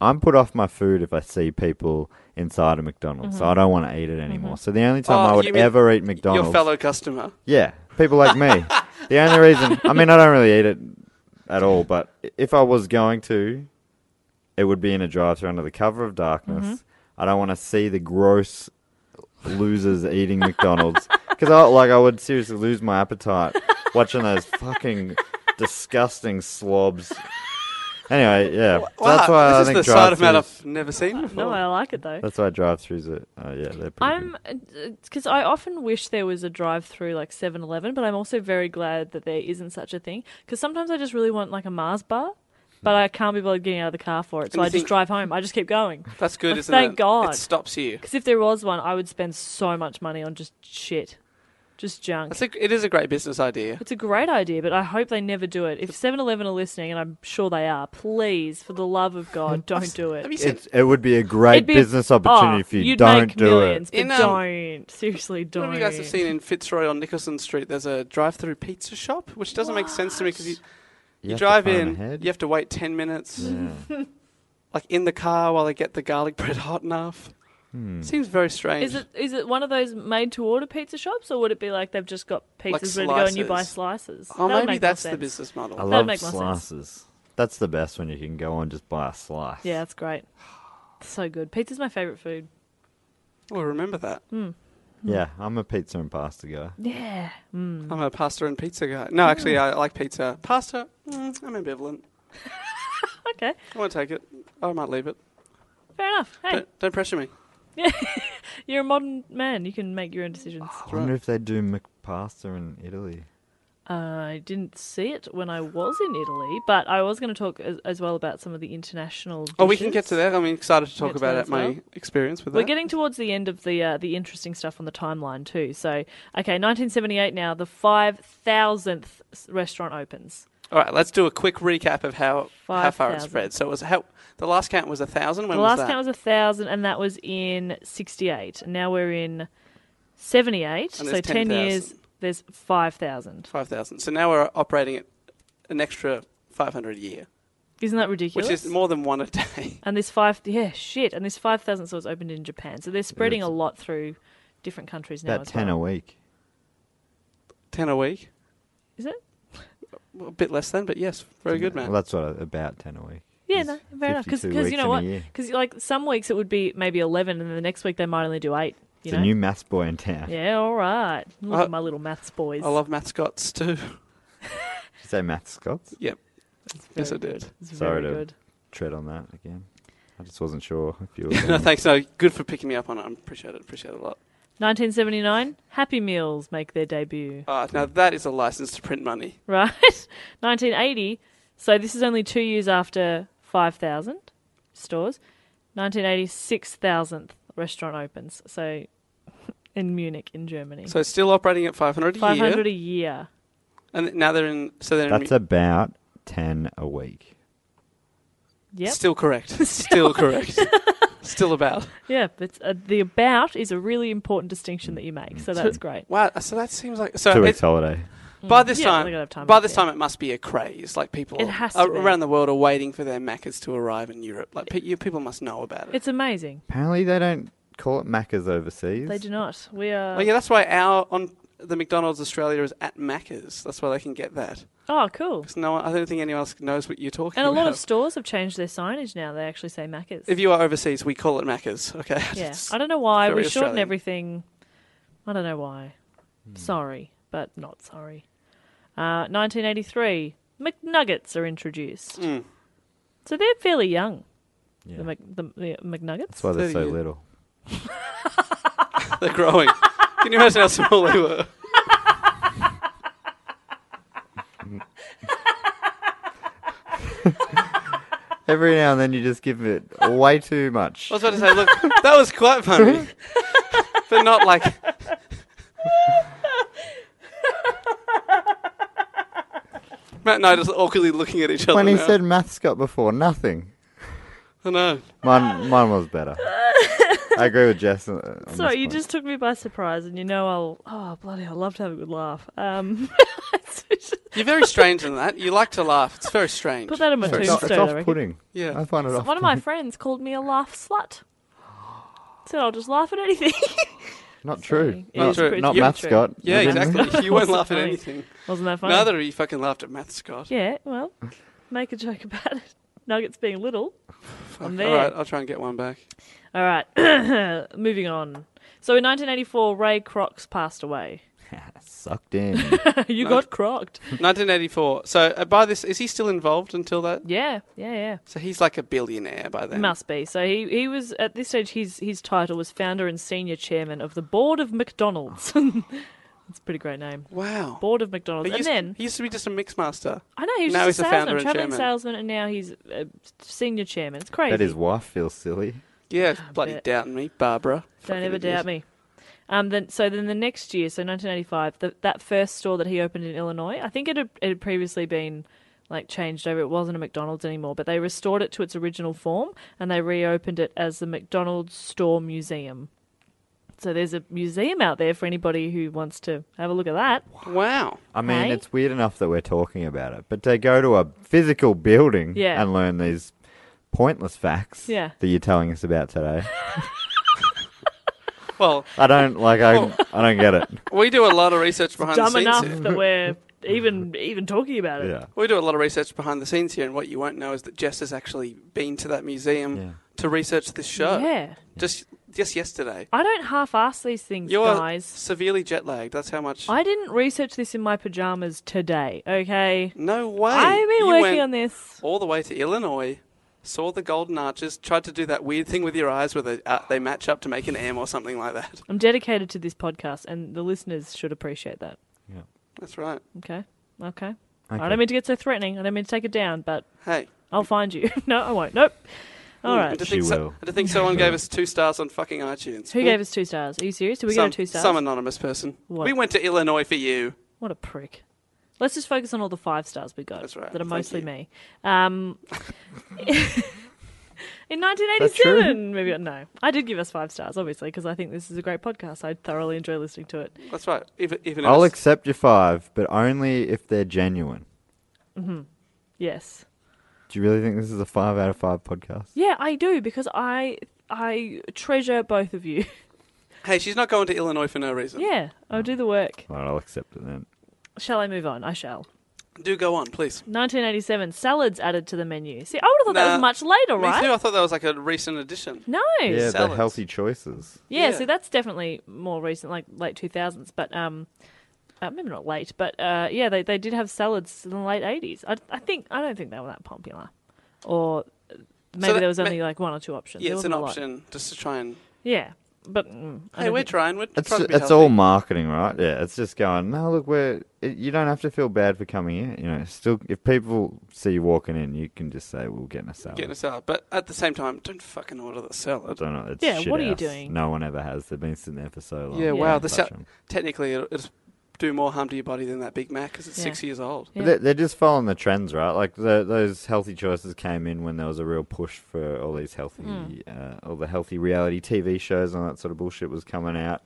I'm put off my food if I see people inside a McDonald's, Mm-hmm. so I don't want to eat it anymore. So the only time Oh, I would you mean ever eat McDonald's, Your fellow customer. yeah, people like me. The only reason, I mean, I don't really eat it at all, but i- if I was going to, it would be in a drive-through under the cover of darkness. I don't want to see the gross losers eating McDonald's because I like I would seriously lose my appetite watching those fucking disgusting slobs. Anyway, yeah, so that's Wow, why this I is think the side of man drive-throughs. I've never seen before. No, I like it though. That's why drive-throughs are. Oh yeah, they're pretty. I'm good. because I often wish there was a drive-through like 7-Eleven, but I'm also very glad that there isn't such a thing because sometimes I just really want like a Mars bar, but I can't be bothered getting out of the car for it, so And you I just think- drive home. I just keep going That's good, isn't Thank it? God. It stops you. because if there was one, I would spend so much money on just shit, just junk. That's a, it is a great business idea. It's a great idea, but I hope they never do it. If 7-Eleven are listening, and I'm sure they are, please, for the love of God, don't do Have it. you seen? It's, it would be a great It'd be- business opportunity Oh, if you you'd don't make do millions, it. But In, um, don't seriously don't. What have you guys have seen in Fitzroy on Nicholson Street? There's a drive-through pizza shop, which doesn't make sense to me because you, you, have to drive phone in, ahead. you have to wait ten minutes. Yeah. like in the car while they get the garlic bread hot enough. Hmm. Seems very strange. Is it is it one of those made to order pizza shops, or would it be like they've just got pizzas ready to go and you buy slices? That Oh, would maybe make more that's the sense. business model. I That'd love make more sense. slices. That's the best when you can go on just buy a slice. Yeah, that's great. So good. Pizza's my favorite food. Well, Oh, remember that. Hmm. Yeah, I'm a pizza and pasta guy. Yeah. I'm a pasta and pizza guy. No, actually, I like pizza. Pasta, mm, I'm ambivalent. Okay. I won't take it. I might leave it. Fair enough. Hey, Don't, don't pressure me. you're a modern man. You can make your own decisions. I wonder if they do McPasta in Italy. I didn't see it when I was in Italy, but I was going to talk as, as well about some of the international. Oh, we can dishes. get to that. I'm excited to talk Get to about that it, as my well. experience with We're that. getting towards the end of the uh, the interesting stuff on the timeline too. So, okay, 1978 now. The 5,000th restaurant opens. All right, let's do a quick recap of how how Five far it thousand. spread. So it was how the last count was a thousand. When the last was that? count was a thousand, and that was in '68. Now we're in '78, And so there's ten 10,000. years. There's five thousand. five thousand. So now we're operating at an extra five hundred a year, Isn't that which ridiculous? is more than one a day. And this five, yeah, shit. And this five thousand stores opened in Japan, so they're spreading a lot through different countries now. About as ten well. a week. Ten a week, is it? a bit less than, but yes, very good, man. Well, that's what I, about ten a week. Yeah, It's no, fair enough. 52 Because you weeks know in a what? year. Because like some weeks it would be maybe eleven, and then the next week they might only do eight. You It's know? a new maths boy in town. yeah, all right. Look I- at my little maths boys. I love mascots too. Did you say maths, Scots? Yep. Very Yes, I did. good. It's Sorry very to- good. Tread on that again. I just wasn't sure if you were. no, gonna- thanks. No, good for picking me up on it. I appreciate it. Appreciate it a lot. 1979, Happy Meals make their debut. Uh, now that is a license to print money. Right, 1980. So this is only two years after 5,000 stores. 1980, 6,000th restaurant opens. So in Munich, in Germany, So it's still operating at five hundred a 500 year, a year. and now they're in. So they're That's in, about ten a week. Yep. still correct. still correct. still about. Yeah, but uh, the about is a really important distinction that you make. So that's great. Wow. So that seems like so. Two it- weeks holiday. By this Mm. Yeah, time, they're gonna have time by off, this yeah. time, it must be a craze. Like people It has to ar- be. around the world are waiting for their Maccas to arrive in Europe. Like pe- you, people must know about it. It's amazing. Apparently they don't call it Macca's overseas. They do not. We are. well, yeah, that's why our on the McDonald's Australia is at Maccas. That's why they can get that. Oh, cool. 'Cause no, one, I don't think anyone else knows what you're talking And a lot about. of stores have changed their signage now. They actually say Macca's. if you are overseas, we call it Maccas. Okay. yeah, It's- I don't know why we very shorten Australian. everything. I don't know why. Sorry, but not sorry. Uh, 1983, McNuggets are introduced. So they're fairly young. The, Mc, the, the McNuggets. That's why they're so you- little. They're growing. Can you imagine how small they were? Every now and then you just give it way too much. I was about to say, look, that was quite funny, but not like. Matt and I just awkwardly looking at each other. when he now. said mascot before, nothing. I know. Mine, mine was better. I agree with Jess. on- on this Sorry, you point. just took me by surprise, and you know I'll. Oh bloody! I love to have a good laugh. Um, You're very strange in that. You like to laugh. It's very strange. put that in my It's, tombstone. I reckon. off-putting. Yeah. I find it off. One of my friends called me a laugh slut. Said I'll just laugh at anything. Not true. It is true. pretty- Not pretty mascot. true. yeah, Remember? exactly. You won't Wasn't laugh at funny. anything. Wasn't that funny? Neither of you fucking laughed at Matt Scott. Yeah, well, make a joke about it. Nuggets being little. I'm there. All right, I'll try and get one back. All right. Moving on. So in 1984, Ray Crocs passed away. Sucked in. you got crocked. 1984. So uh, by this, is he still involved until that? Yeah, yeah, yeah. So he's like a billionaire by then. Must be. So he, he was at this stage. His his title was founder and senior chairman of the board of McDonald's. That's a pretty great name. Wow. Board of McDonald's. He And used, then he used to be just a mix master. I know he was now just he's a the founder salesman, and traveling chairman. salesman, and now he's a senior chairman. It's crazy. That his wife feels silly. Yeah, bloody bet. doubting me, Barbara. Ah, Don't Fucking ever idiot. doubt me. Um, then so then the next year, so 1985, the, that first store that he opened in Illinois, I think it had, it had previously been like changed over. It wasn't a McDonald's anymore, but they restored it to its original form and they reopened it as the McDonald's Store Museum. So there's a museum out there for anybody who wants to have a look at that. Wow. I mean, Hey? it's weird enough that we're talking about it, but to go to a physical building Yeah. and learn these pointless facts Yeah. that you're telling us about today. Well, I don't like. I I don't get it. we do a lot of research behind the Dumb scenes enough here. that we're even even talking about it. Yeah. We do a lot of research behind the scenes here, and what you won't know is that Jess has actually been to that museum Yeah. to research this show. Yeah. Just just yesterday. I don't half-ass these things, You are guys. severely jet lagged. That's how much. I didn't research this in my pajamas today. Okay, no way. I've been You working went on this. all the way to Illinois. Saw the golden arches. Tried to do that weird thing with your eyes where they uh, they match up to make an M or something like that. I'm dedicated to this podcast, and the listeners should appreciate that. That's right. Okay, okay. I Okay. don't mean to get so threatening. I don't mean to take it down, but Hey. I'll find you. no, I won't. Nope. All I right. did She think, so- will. I did think someone gave us two stars on fucking iTunes. Who gave us two stars? Are you serious? Did we some, get two stars? Some anonymous person. What? We went to Illinois for you. What a prick. Let's just focus on all the five stars we got. That's right. That are Thank mostly you. me. Um, in that true? 1987, maybe no. I did give us five stars, obviously, because I think this is a great podcast. I thoroughly enjoy listening to it. That's right. Even, even if I'll it's- accept your five, but only if they're genuine. Yes. Do you really think this is a five out of five podcast? Yeah, I do because I I treasure both of you. Hey, she's not going to Illinois for no reason. yeah, I'll do the work. All right, I'll accept it then. Shall I move on? I shall. Do go on, please. 1987 salads added to the menu. See, I would have thought that was Nah, much later, Me right? too. I thought that was like a recent addition. No. Yeah, Salads. the healthy choices. Yeah, Yeah. so that's definitely more recent, like late two thousands, but um, uh, maybe not late, but uh, yeah, they they did have salads in the late eighties. I, I think I don't think they were that popular, or maybe that- there was ma- only like one or two options. Yeah, There it's an wasn't a lot. option just to try and. Yeah, but mm, I Hey, don't we're think- trying. We're It's trying to be it's healthy. all marketing, right? Yeah, it's just going. No, look, we're it, you don't have to feel bad for coming in. You know, still if people see you walking in, you can just say we'll get in a salad. getting a salad, but at the same time, don't fucking order the salad. don't know. It's Yeah, shit what are you house. doing? No one ever has. They've been sitting there for so long. Yeah, Don't wow. The touch sal- 'em. technically, it'll, it'll do more harm to your body than that Big Mac because it's Yeah. six years old. Yeah. But They're, they're just following the trends, right? Like the, those healthy choices came in when there was a real push for all these healthy, Hmm. uh, all the healthy reality TV shows and that sort of bullshit was coming out.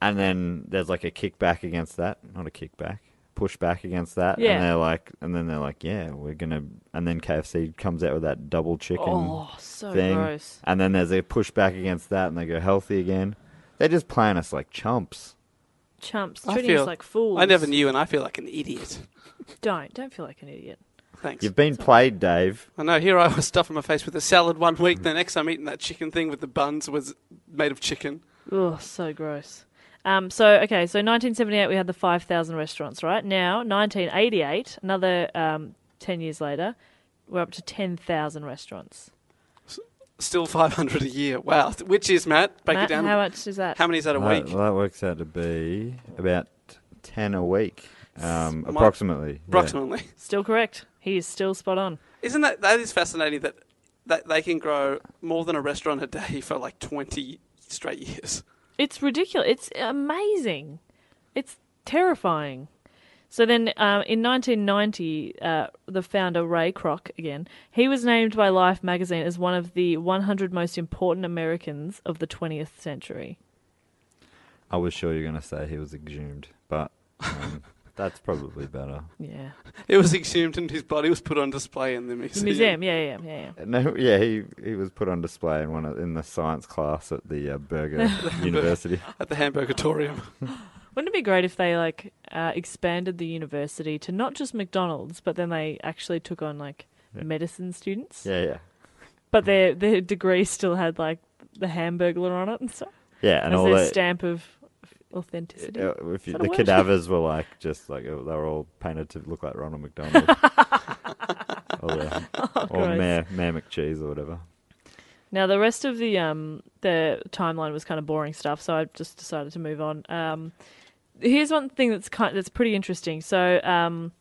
And then there's like a kickback against that, not a kickback, pushback against that. Yeah. And they're like, and then they're like, yeah, we're gonna. And then KFC comes out with that double chicken Oh, so thing, gross. and then there's a pushback against that, and they go healthy again. They're just playing us like chumps. chumps I treating feel us like fools. I never knew, and I feel like an idiot. Don't don't feel like an idiot. Thanks. You've been played, Dave. I know. Here I was stuffing my face with a salad one week. The next I'm eating that chicken thing with the buns was made of chicken. Oh, so gross. Um, so okay, so 1978 we had the 5,000 restaurants, right? Now 1988, another um, 10 years later, we're up to 10,000 restaurants. Still 500 a year. Wow. Which is Matt? Break Matt, it down. how much is that? How many is that a That- week? That, works out to be about ten a week, um, my- approximately. yeah. Approximately. Still correct. He is still spot on. Isn't that that is fascinating that that they can grow more than a restaurant a day for like 20 straight years. It's ridiculous. It's amazing. It's terrifying. So then, um, in 1990, uh, the founder Ray Kroc again, he was named by Life magazine as one of the 100 most important Americans of the 20th century. I was sure you were going to say he was exhumed, but um, that's probably better. Yeah. It was exhumed and his body was put on display in the museum. The museum, yeah, yeah, yeah, yeah. No, yeah, he he was put on display in one of, in the science class at the uh, Burger University. At the Hamburgatorium. Wouldn't it be great if they like uh, expanded the university to not just McDonald's, but then they actually took on like medicine students, Yeah, yeah, but their their degree still had like the Hamburglar on it and stuff yeah, and as all their that. stamp of authenticity. uh, if you, that a the word? cadavers were like just like uh, they were all painted to look like Ronald McDonald, or, the, or Oh, gross. Mayor, Mayor McCheese or whatever. Now the rest of the um the timeline was kind of boring stuff, so I just decided to move on. Um, here's one thing that's kind that's pretty interesting. So um,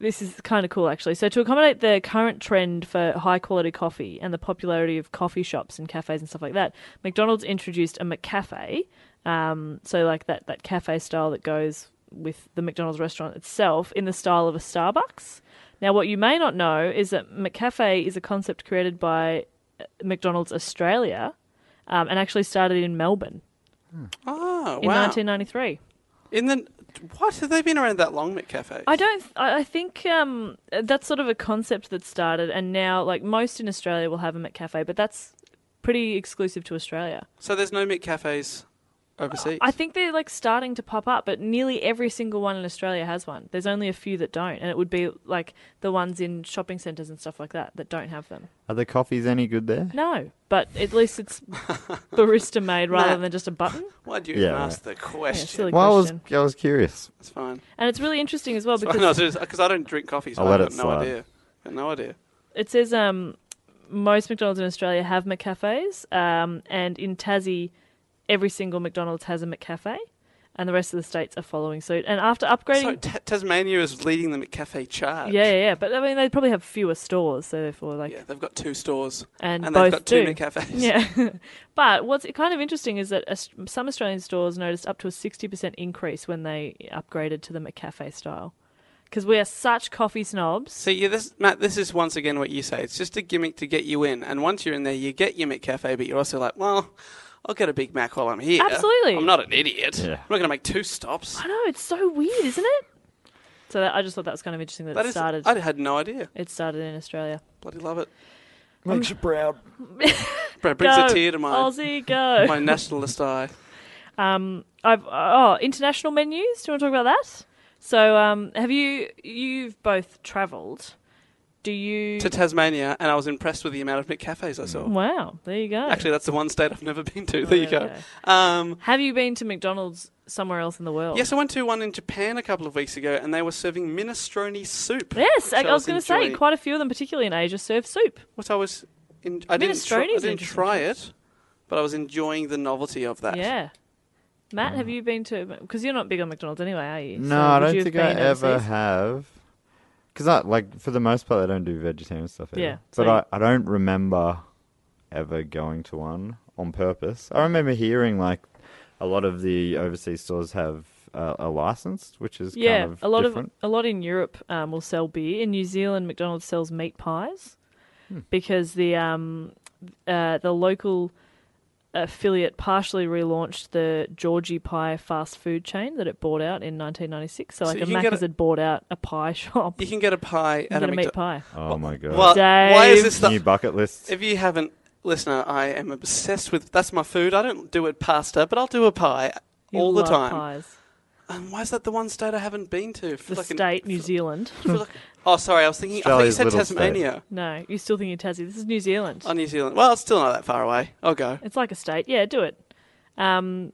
this is kind of cool actually. So to accommodate the current trend for high quality coffee and the popularity of coffee shops and cafes and stuff like that, McDonald's introduced a McCafe. Um, so like that that cafe style that goes with the McDonald's restaurant itself in the style of a Starbucks. Now, what you may not know is that McCafe is a concept created by McDonald's Australia, um, and actually started in Melbourne Oh, in wow. 1993. In the What have they been around that long, McCafe? I don't. I I think um, that's sort of a concept that started, and now like most in Australia will have them at cafe, but that's pretty exclusive to Australia. So there's no McCafes overseas. I think they're like starting to pop up, but nearly every single one in Australia has one. There's only a few that don't, and it would be like the ones in shopping centres and stuff like that that don't have them. Are the coffees any good there? No, but at least it's barista made rather than just a button. Why do you Yeah, even ask the Yeah, question? silly Well, I was question. I was curious. That's fine. And it's really interesting as well because Because I don't drink coffee, so I'll I've let got it no slide. idea. Got no idea. it says um, most McDonald's in Australia have McCafes, um, and in Tassie, every single McDonald's has a McCafe, and the rest of the states are following suit. And after So upgrading, Ta- Tasmania is leading the McCafe charge. yeah, yeah, yeah, but I mean they probably have fewer stores, so therefore, like, Yeah, they've got two stores. and, they've both got do. two McCafes. Yeah, but what's kind of interesting is that Aus- some Australian stores noticed up to a sixty percent increase when they upgraded to the McCafe style, because we are such coffee snobs. See, yeah, this, Matt, this is once again what you say. It's just a gimmick to get you in. And once you're in there, you get your McCafe, but you're also like, well, I'll get a Big Mac while I'm here. Absolutely. I'm not an idiot. Yeah. I'm not going to make two stops. I know it's so weird, isn't it? So that, I just thought that was kind of interesting that, That it is, started. I had no idea. It started in Australia. Bloody love it. Makes you proud. Bro, it brings go, a tear to my, Aussie, go. Um, my nationalist eye. I've oh international menus. Do you want to talk about that? So um, have you you've both travelled? Do you? To Tasmania, and I was impressed with the amount of McCafes I Mm. saw. wow, there you go. Actually, that's the one state I've never been to. Oh, There you go. Okay. Um, have you been to McDonald's somewhere else in the world? yes, I went to one in Japan a couple of weeks ago, and they were serving minestrone soup. Yes, I, which I was going to say enjoying. quite a few of them, particularly in Asia, serve soup. What I was, in, I didn't, try, I Minestrone is an didn't interesting try it, but I was enjoying the novelty of that. Yeah. Matt, have you been to? Because you're not big on McDonald's anyway, are you? Mm. No, So I would don't you have think I been ever overseas? have. Because I like for the most part, I don't do vegetarian stuff. Either. Yeah, but so- I, I don't remember ever going to one on purpose. I remember hearing like a lot of the overseas stores have uh, a license, which is Yeah, kind of a lot different. of a lot in Europe um, will sell beer. In New Zealand, McDonald's sells meat pies Hmm. because the um, uh, the local affiliate partially relaunched the Georgie Pie fast food chain that it bought out in 1996. So, like you a can get Macca's a- had bought out a pie shop. You can get a pie You at get a a meat McDonald's. pie. Oh my god! Well, why is Dave. this New the. bucket list. If you haven't, listener, I am obsessed with. That's my food. I don't do it pasta, but I'll do a pie You all the love time. Pies. And why is that the one state I haven't been to? I The feel like an- state, New Zealand. I feel like- oh, sorry, I was thinking. Australia's I thought you little said Tasmania. No, you still think you're Tassie. This is New Zealand. Oh, New Zealand. Well, it's still not that far away. I'll go. It's like a state. Yeah, do it. Um,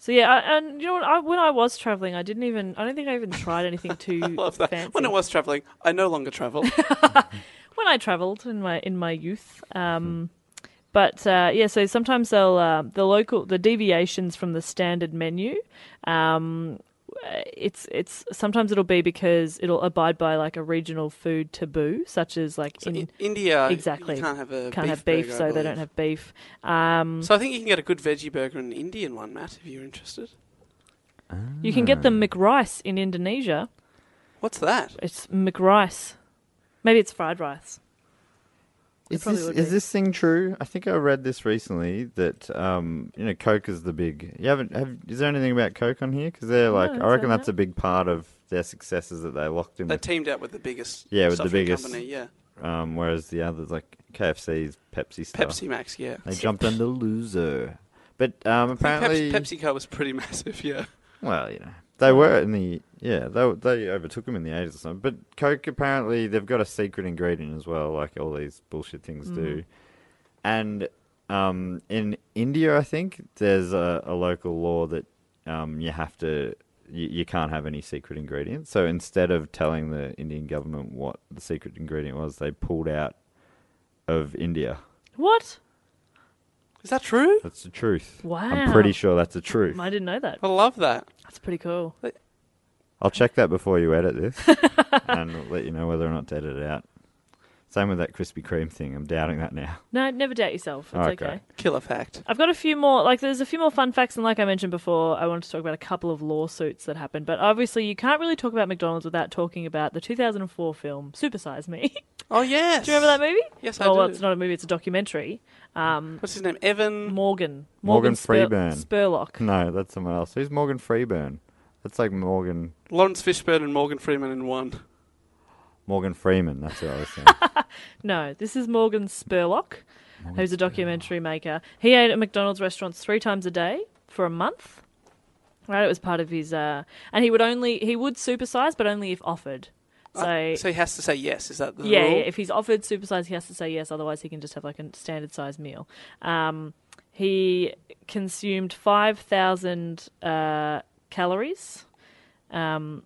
so yeah, I, and you know what? I, when I was traveling, I didn't even. I don't think I even tried anything too Love that. fancy. When I was travelling, I no longer travel. When I travelled in my in my youth. Um, Hmm. but uh, yeah, so sometimes they'll uh, the local the deviations from the standard menu. Um, it's it's sometimes it'll be because it'll abide by like a regional food taboo, such as like So in, in India, exactly you can't have a can't beef have beef, burger, I so they believe. don't have beef. Um, So I think you can get a good veggie burger and an Indian one, Matt, if you're interested. You can get the Hmm. McRice in Indonesia. What's that? It's McRice. Maybe it's fried rice. Is probably this, would is be. this thing true? I think I read this recently that um, you know Coke is the big. You haven't have is there anything about Coke on here? Because they're like it's I reckon not. that's a big part of their successes that they locked in. They With, teamed up with the biggest Yeah, with the soft drink biggest. company, yeah. um, whereas the others like KFC's Pepsi stuff. Pepsi Max, yeah. They jumped on the loser. But um, apparently, Pepsi, PepsiCo was pretty massive, yeah. well, you know, they were in the yeah they were- they overtook them in the eighties or something. But Coke apparently they've got a secret ingredient as well, like all these bullshit things do. And um, in India, I think there's a, a local law that um, you have to you, you can't have any secret ingredients. So instead of telling the Indian government what the secret ingredient was, they pulled out of India. What? Is that true? That's the truth. I'm Wow. pretty sure that's the truth. I didn't know that. I love that. That's pretty cool. I'll check that before you edit this and I'll let you know whether or not to edit it out. Same with that Krispy Kreme thing. I'm doubting that now. No, never doubt yourself. It's Okay. okay. Killer fact. I've got a few more. Like, there's a few more fun facts, and like I mentioned before, I wanted to talk about a couple of lawsuits that happened. But obviously, you can't really talk about McDonald's without talking about the 2004 film Supersize Me. Oh, yes. do you remember that movie? Yes, I oh, Well, do. it's not a movie; it's a documentary. What's his name? Evan. Morgan. Morgan Spur- Freeburn. Spurlock. No, that's someone else. Who's Morgan Freeburn? That's like Morgan Lawrence Fishburne and Morgan Freeman in one. Morgan Freeman. That's what I was saying. No, this is Morgan Spurlock, who's a documentary maker. He ate at McDonald's restaurants three times a day for a month. Right, it was part of his. Uh, and he would only he would supersize, but only if offered. So, So he has to Uh, say yes. Is that the yeah, rule? yeah, if he's offered supersize, he has to say yes. Otherwise, he can just have like a standard size meal. Um, he consumed five thousand uh, calories. Um,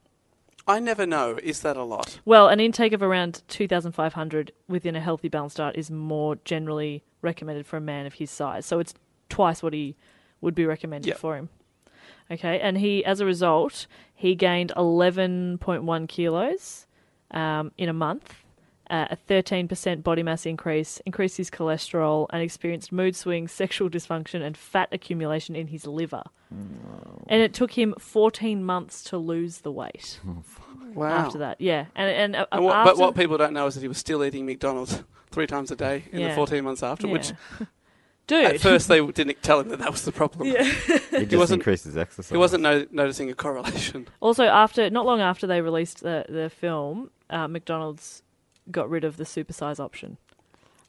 I never know. Is that a lot? well, an intake of around 2,500 within a healthy balanced diet is more generally recommended for a man of his size. So it's twice what he would be recommended Yep. for him. Okay, and he, as a result, he gained 11.1 kilos um, in a month, uh, a 13% body mass increase, increased his cholesterol, and experienced mood swings, sexual dysfunction, and fat accumulation in his liver. And it took him 14 months to lose the weight Wow. after that. Yeah, and and, uh, And what, after, but what people don't know is that he was still eating McDonald's three times a day in the Yeah. 14 months after, which dude? at first they didn't tell him that that was the problem. He just wasn't- increases exercise. He wasn't no- noticing a correlation. also, after not long after they released the the film, uh, McDonald's got rid of the supersize option.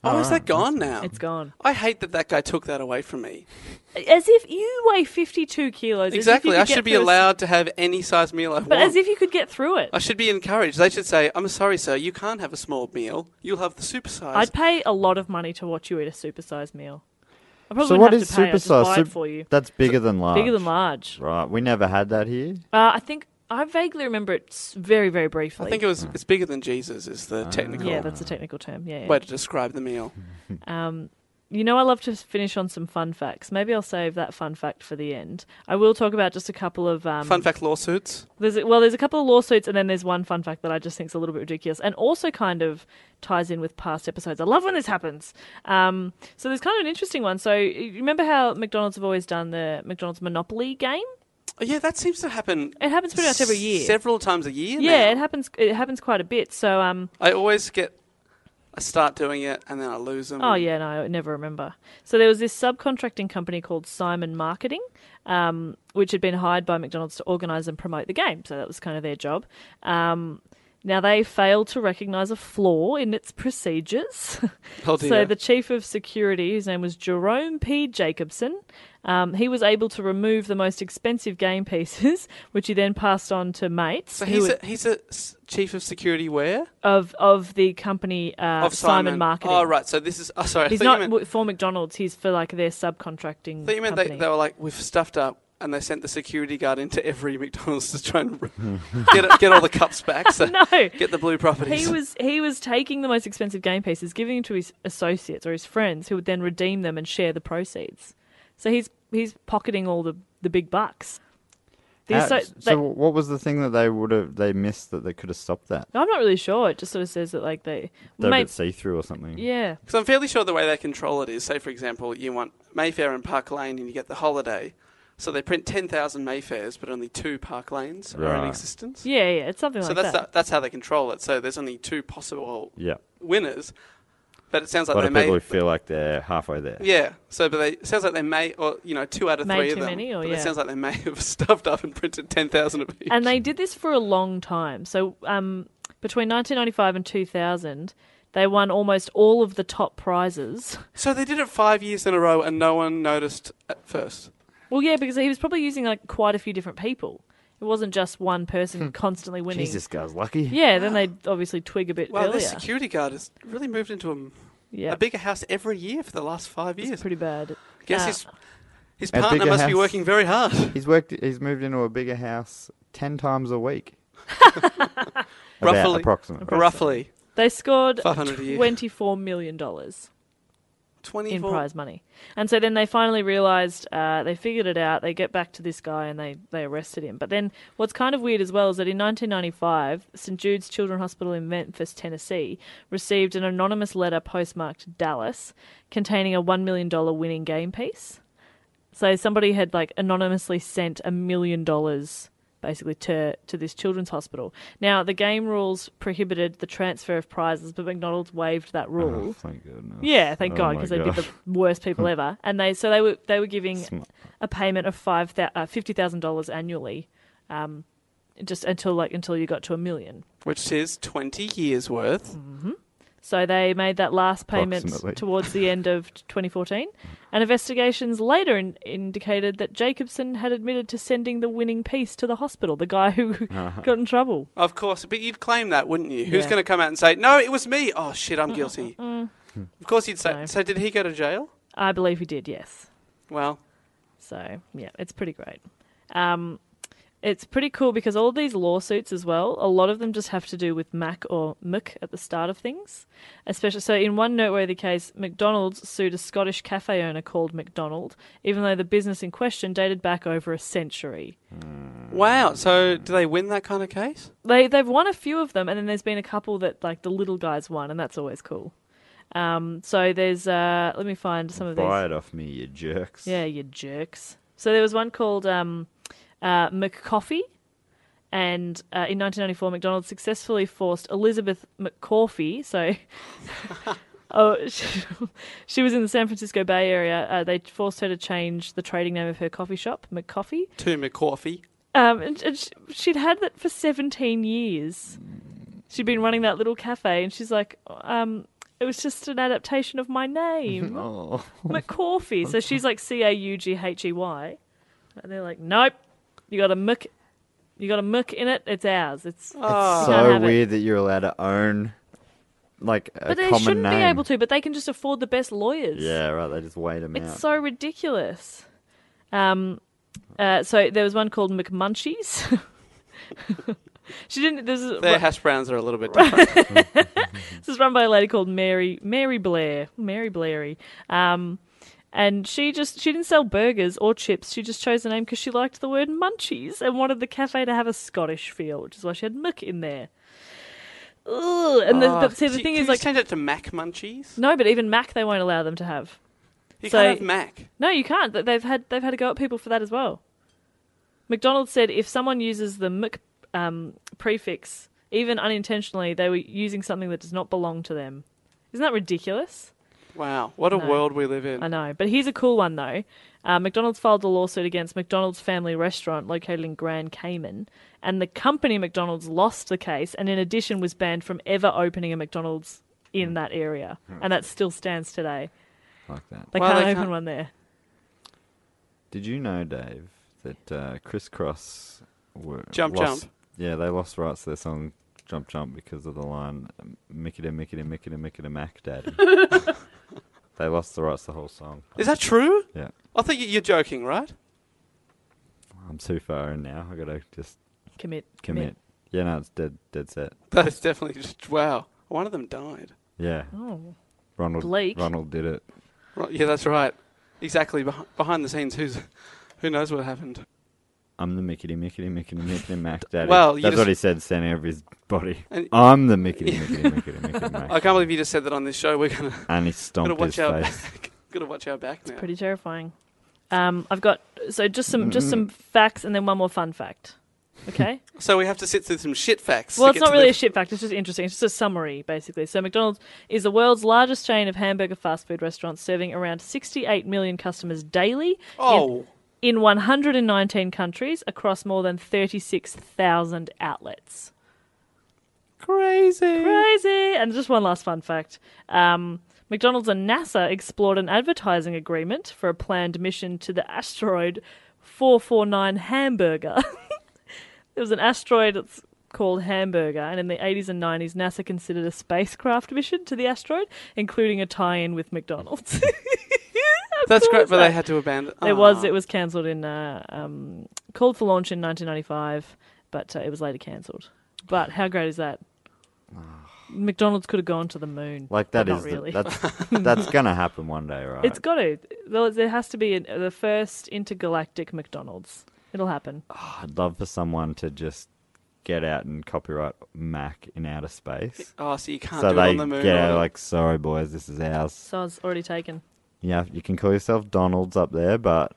Oh, is that gone now? It's gone. I hate that that guy took that away from me. As if you weigh fifty two kilos. as if you Exactly. could I get should be through a- allowed to have any size meal I But want. as if you could get through it. I should be encouraged. They should say, "I'm sorry, sir. You can't have a small meal. You'll have the supersize." I'd pay a lot of money to watch you eat a supersized meal. I probably So wouldn't what have is to pay, I'd just supersize? buy Sup- it for you. That's bigger than large. Bigger than large. Right. We never had that here. Uh, I think I vaguely remember it s- very, very briefly. I think it was. It's bigger than Jesus. Is the technical yeah, that's a technical term. Yeah. yeah. way to describe the meal. Um, you know, I love to finish on some fun facts. Maybe I'll save that fun fact for the end. I will talk about just a couple of um, Fun fact: lawsuits. There's a, well, there's a couple of lawsuits, and then there's one fun fact that I just think is a little bit ridiculous, and also kind of ties in with past episodes. I love when this happens. Um, so there's kind of an interesting one. So you remember how McDonald's have always done the McDonald's Monopoly game? Oh, yeah, that seems to happen. It happens pretty much every year. Several times a year. yeah, now. it happens. It happens quite a bit. So um, I always get. I start doing it and then I lose them. Oh yeah, no, I never remember. So there was this subcontracting company called Simon Marketing, um, which had been hired by McDonald's to organise and promote the game. So that was kind of their job. Um, now they failed to recognise a flaw in its procedures. Oh, so dear. the chief of security, whose name was Jerome P. Jacobson, um, he was able to remove the most expensive game pieces, which he then passed on to mates So who he's were- a, he's a s- chief of security where of of the company uh, of Simon. Marketing. Oh right, so this is. Oh sorry, He's I thought not you meant, w for McDonald's. He's for like their subcontracting. thought you meant they, company. they were like we've stuffed up and they sent the security guard into every McDonald's to try and get get all the cups back. So No. get the blue properties. He was he was taking the most expensive game pieces, giving them to his associates or his friends, who would then redeem them and share the proceeds. So he's he's pocketing all the the big bucks. The How- asso- so they- what was the thing that they would have they missed that they could have stopped that? I'm not really sure. It just sort of says that like they They would mates. see through or something. Yeah, Because I'm fairly sure the way they control it is, say for example, you want Mayfair and Park Lane, and you get the holiday. So they print ten thousand Mayfairs, but only two Park Lanes are in Right. existence. yeah, yeah. It's something so like that's that. tha- that's how they control it. So there's only two possible Yeah. winners, but it sounds A like lot they of people who may. feel like they're halfway there. Yeah, so but they it sounds like they may, or you know, two out of Made three of too them. many, or but yeah. it sounds like they may have stuffed up and printed ten thousand of each. and they did this for a long time. So um, between 1995 and 2000, they won almost all of the top prizes. so they did it five years in a row, and no one noticed at first. Well, yeah, because he was probably using like quite a few different people. It wasn't just one person constantly winning. Jeez, this guy's lucky. Yeah, then they'd obviously twig a bit Well, earlier. this security guard has really moved into a, yeah, a bigger house every year for the last five years. it's pretty bad. Guess Uh, his his A partner bigger must be house. working very hard. He's worked. He's moved into a bigger house ten times a week. About Roughly, approximately. roughly they scored 500 a year. twenty-four million dollars in twenty-four. prize money, and so then they finally realized uh, they figured it out. They get back to this guy and they they arrested him. But then what's kind of weird as well is that in 1995, St Jude's Children's Hospital in Memphis, Tennessee, received an anonymous letter postmarked Dallas containing a one million dollar winning game piece. So somebody had like anonymously sent a million dollars basically to to this children's hospital. Now the game rules prohibited the transfer of prizes, but McDonald's waived that rule. Oh, thank goodness. Yeah, thank Oh God, my Hmm. because they'd be the worst people ever. And they so they were they were giving a payment of five uh, fifty thousand dollars annually um, just until like until you got to a million. which is 20 years worth. Mm. So they made that last Approximately. payment towards the end of 2014, and investigations later in- indicated that Jacobson had admitted to sending the winning piece to the hospital, the guy who Uh-huh. got in trouble. Of course, but you'd claim that, wouldn't you? Who's Yeah. going to come out and say, no, it was me? Oh, shit, I'm guilty. Of course, you'd say. So, did he go to jail? I believe he did, yes. Well, So yeah, it's pretty great. Um, it's pretty cool because all these lawsuits as well, a lot of them just have to do with Mac or Mc at the start of things. Especially so in one noteworthy case, McDonald's sued a Scottish cafe owner called McDonald, even though the business in question dated back over a century. wow. So, do they win that kind of case? They they've won a few of them and then there's been a couple that like the little guys won and that's always cool. Um, so there's uh, let me find some of these. Buy it off me, you jerks. Yeah, you jerks. So there was one called um, uh, McCoffee, and uh, in 1994, McDonald's successfully forced Elizabeth McCoffee. So, oh, she, she was in the San Francisco Bay Area. Uh, they forced her to change the trading name of her coffee shop, McCoffee. To McCorfee. Um, and, and sh- she'd had that for 17 years. She'd been running that little cafe, and she's like, um, it was just an adaptation of my name. Oh, McCorfee. So she's like C A U G H E Y, and they're like, nope, you got a muck, you got a muck in it. It's ours. It's, it's you can't so have it. weird that you're allowed to own like a But they common shouldn't name. be able to. But they can just afford the best lawyers. Yeah, right. They just wait them it's out. so ridiculous. Um, uh, so there was one called McMunchies. she didn't. This is Their hash browns are a little bit different. This is run by a lady called Mary Mary Blair, Mary Blairy, um, and she just she didn't sell burgers or chips. She just chose the name because she liked the word munchies and wanted the cafe to have a Scottish feel, which is why she had muck in there. Ugh. And the, but see, the Can- thing can is, Oh. you like, change it to Mac Munchies? no, but even Mac they won't allow them to have. You so- can't have Mac. No, you can't. Th- They've had they've had a go at people for that as well. McDonald's said if someone uses the Mc um, prefix, even unintentionally, they were using something that does not belong to them. Isn't that ridiculous? Wow. What a world we live in. I know, but here's a cool one though. Uh, McDonald's filed a lawsuit against McDonald's Family Restaurant located in Grand Cayman, and the company McDonald's lost the case, and in addition was banned from ever opening a McDonald's Hmm. in that area, and that still stands today. like that. They Well, can't they open can't- one there. Did you know, Dave, that uh, Crisscross were Jump, lost- jump. Yeah, they lost rights to their song "Jump Jump" because of the line "Mickita Mickita Mickita Mickita Mac Daddy." they lost the rights to the whole song. Is that true? Yeah, I think you- you're joking, right? I'm too far in now. I gotta just Commit, commit. commit. Yeah, no, it's dead, dead set. That is definitely just, wow. One of them died. Yeah, Oh, Ronald. Blake. Ronald did it. Right, yeah, that's right. Exactly. Beh- behind the scenes, who's, who knows what happened? I'm the Mickity Mickity Mickity Mickity Mac Daddy. Well, you that's what just- he said standing over his body. And- I'm the Mickity Mickity Mickity Mickity Mac. I can't believe you just said that on this show. We're gonna And he gotta stomped his watch our face. back. gotta watch our back now. pretty terrifying. Um, I've got so just some just some facts, and then one more fun fact. Okay. So we have to sit through some shit facts. Well, to it's get not to really the- a shit fact. It's just interesting. It's just a summary, basically. So McDonald's is the world's largest chain of hamburger fast food restaurants, serving around 68 million customers daily Oh, in 119 countries across more than 36,000 outlets. crazy! Crazy! And just one last fun fact. Um, McDonald's and NASA explored an advertising agreement for a planned mission to the asteroid 449 Hamburger. there was an asteroid that's called Hamburger, and in the 80s and 90s, NASA considered a spacecraft mission to the asteroid, including a tie in with McDonald's. That's cool great, is but that? they had to abandon. It was Aw. it was cancelled in uh, um, called for launch in 1995, but uh, it was later cancelled. But how great is that? McDonald's could have gone to the moon. Like that but not is the- really. that's that's gonna happen one day, right? It's got to. There there has to be an, the first intergalactic McDonald's. It'll happen. I'd love for someone to just get out and copyright Mac in outer space. Oh, so you can't so do it they on the moon. get or- out like, sorry boys, this is ours. So it's already taken. Yeah, you can call yourself Donald's up there, but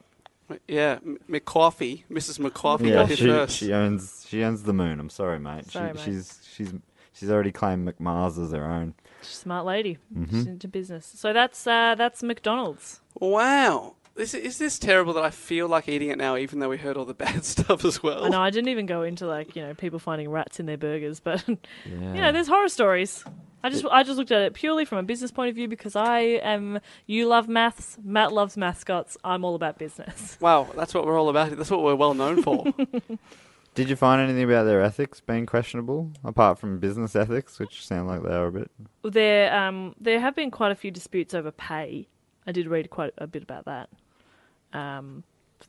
yeah, M- McCoffee, Mrs. McCoffee yeah, got here she, first. she owns she owns the moon. I'm sorry, mate. Sorry, she, mate. She's she's she's already claimed McMars as her own. She's a smart lady. She's into business. So that's uh, that's McDonald's. Wow, This, is this terrible that I feel like eating it now, even though we heard all the bad stuff as well? I know I didn't even go into like you know people finding rats in their burgers, but you Yeah. know there's horror stories. I just I just looked at it purely from a business point of view because I am you love maths, Matt loves mascots. I'm all about business. Wow, that's what we're all about. That's what we're well known for. Did you find anything about their ethics being questionable, apart from business ethics, which sound like they are a bit? There um there have been quite a few disputes over pay. I did read quite a bit about that. Um,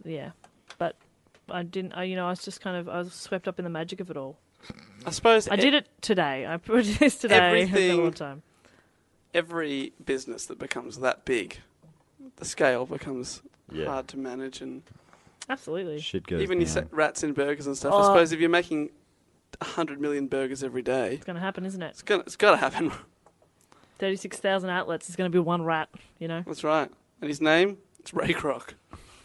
yeah, but I didn't. I, you know I was just kind of I was swept up in the magic of it all. I suppose I did it today. I put this today. I've had a e Everything- long time. e-, every business that becomes that big, the scale becomes Yeah. hard to manage. And Absolutely. Shit goes even you down. say rats in burgers and stuff. Oh. I suppose if you're making 100 million burgers every day, It's going to happen, isn't it? it's gonna, it's got to happen. 36,000 outlets is going to be one rat, you know? That's right. And his name? It's Ray Kroc.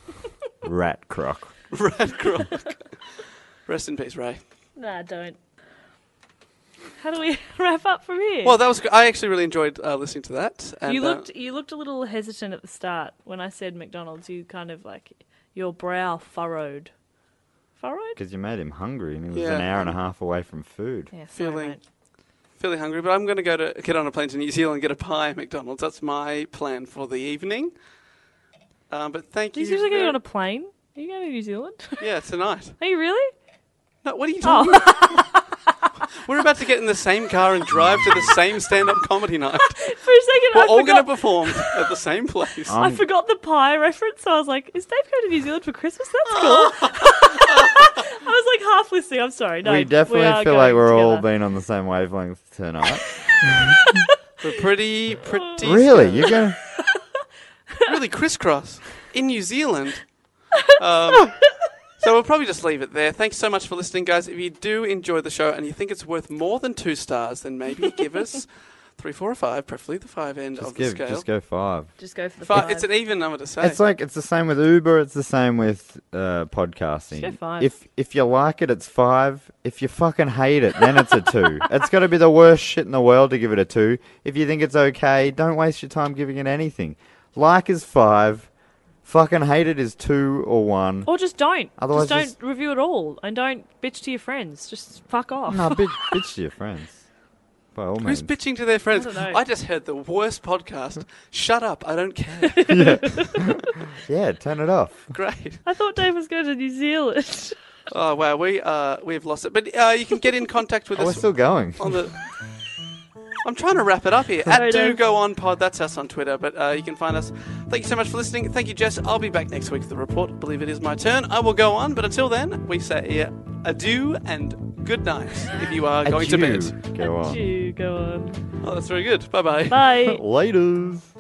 Rat croc. Rat Kroc. Rest in peace, Ray. Nah, don't. How do we wrap up from here? Well, that was. gr- I actually really enjoyed uh, listening to that. And, you uh, looked you looked a little hesitant at the start when I said McDonald's. You kind of like your brow furrowed. Furrowed? Because you made him hungry, and he was Yeah. an hour and a half away from food. Yeah, sorry, Feeling- mate. fairly hungry, but I'm going to go to get on a plane to New Zealand and get a pie at McDonald's. That's my plan for the evening. Um, but thank Are you you. seriously going to very- go on a plane? Are you going to New Zealand? Yeah, tonight. Are you really? No, what are Oh. you talking about? We're about to get in the same car and drive to the same stand-up comedy For night. a second, We're I all going to forgot. perform at the same place. I I'm- forgot the pie reference, so I was like, "Is Dave going to New Zealand for Christmas? That's cool." I was like half listening. I'm sorry. No, we definitely are feel like going we're all together. being on the same wavelength tonight. We're pretty, pretty. really? You're going? really crisscross in New Zealand. Um, so we'll probably just leave it there. Thanks so much for listening, guys. If you do enjoy the show and you think it's worth more than two stars, then maybe give us three, four, or five, preferably the five end Just of the give, scale. just go five. Just go for the Fi- five. It's an even number to say. It's like it's the same with Uber. It's the same with uh, podcasting. Just go five. If if you like it, it's five. If you fucking hate it, then it's a two. it's got to be the worst shit in the world to give it a two. If you think it's okay, don't waste your time giving it anything. Like is five. Fucking hate it is two or one. or just don't. Otherwise just don't just- review at all, and don't bitch to your friends. Just fuck off. No, bitch, bitch to your friends. By all means. Who's bitching to their friends? I don't know. I just heard the worst podcast. Shut up. I don't care. Yeah, turn it off. Great. I thought Dave was going to New Zealand. Oh, wow. We, uh, we've lost it. But uh, you can get in contact with Oh, we're us still going. on the. I'm trying to wrap it up here. At Sorry, do Dave. go on pod. That's us on Twitter, but uh, you can find us. Thank you so much for listening. Thank you, Jess. I'll be back next week with the report. Believe it is my turn. I will go on, but until then, we say uh, adieu and good night if you are going to Adieu. bed. Go on. you go on. Oh, that's very good. Bye bye. Bye. Laters.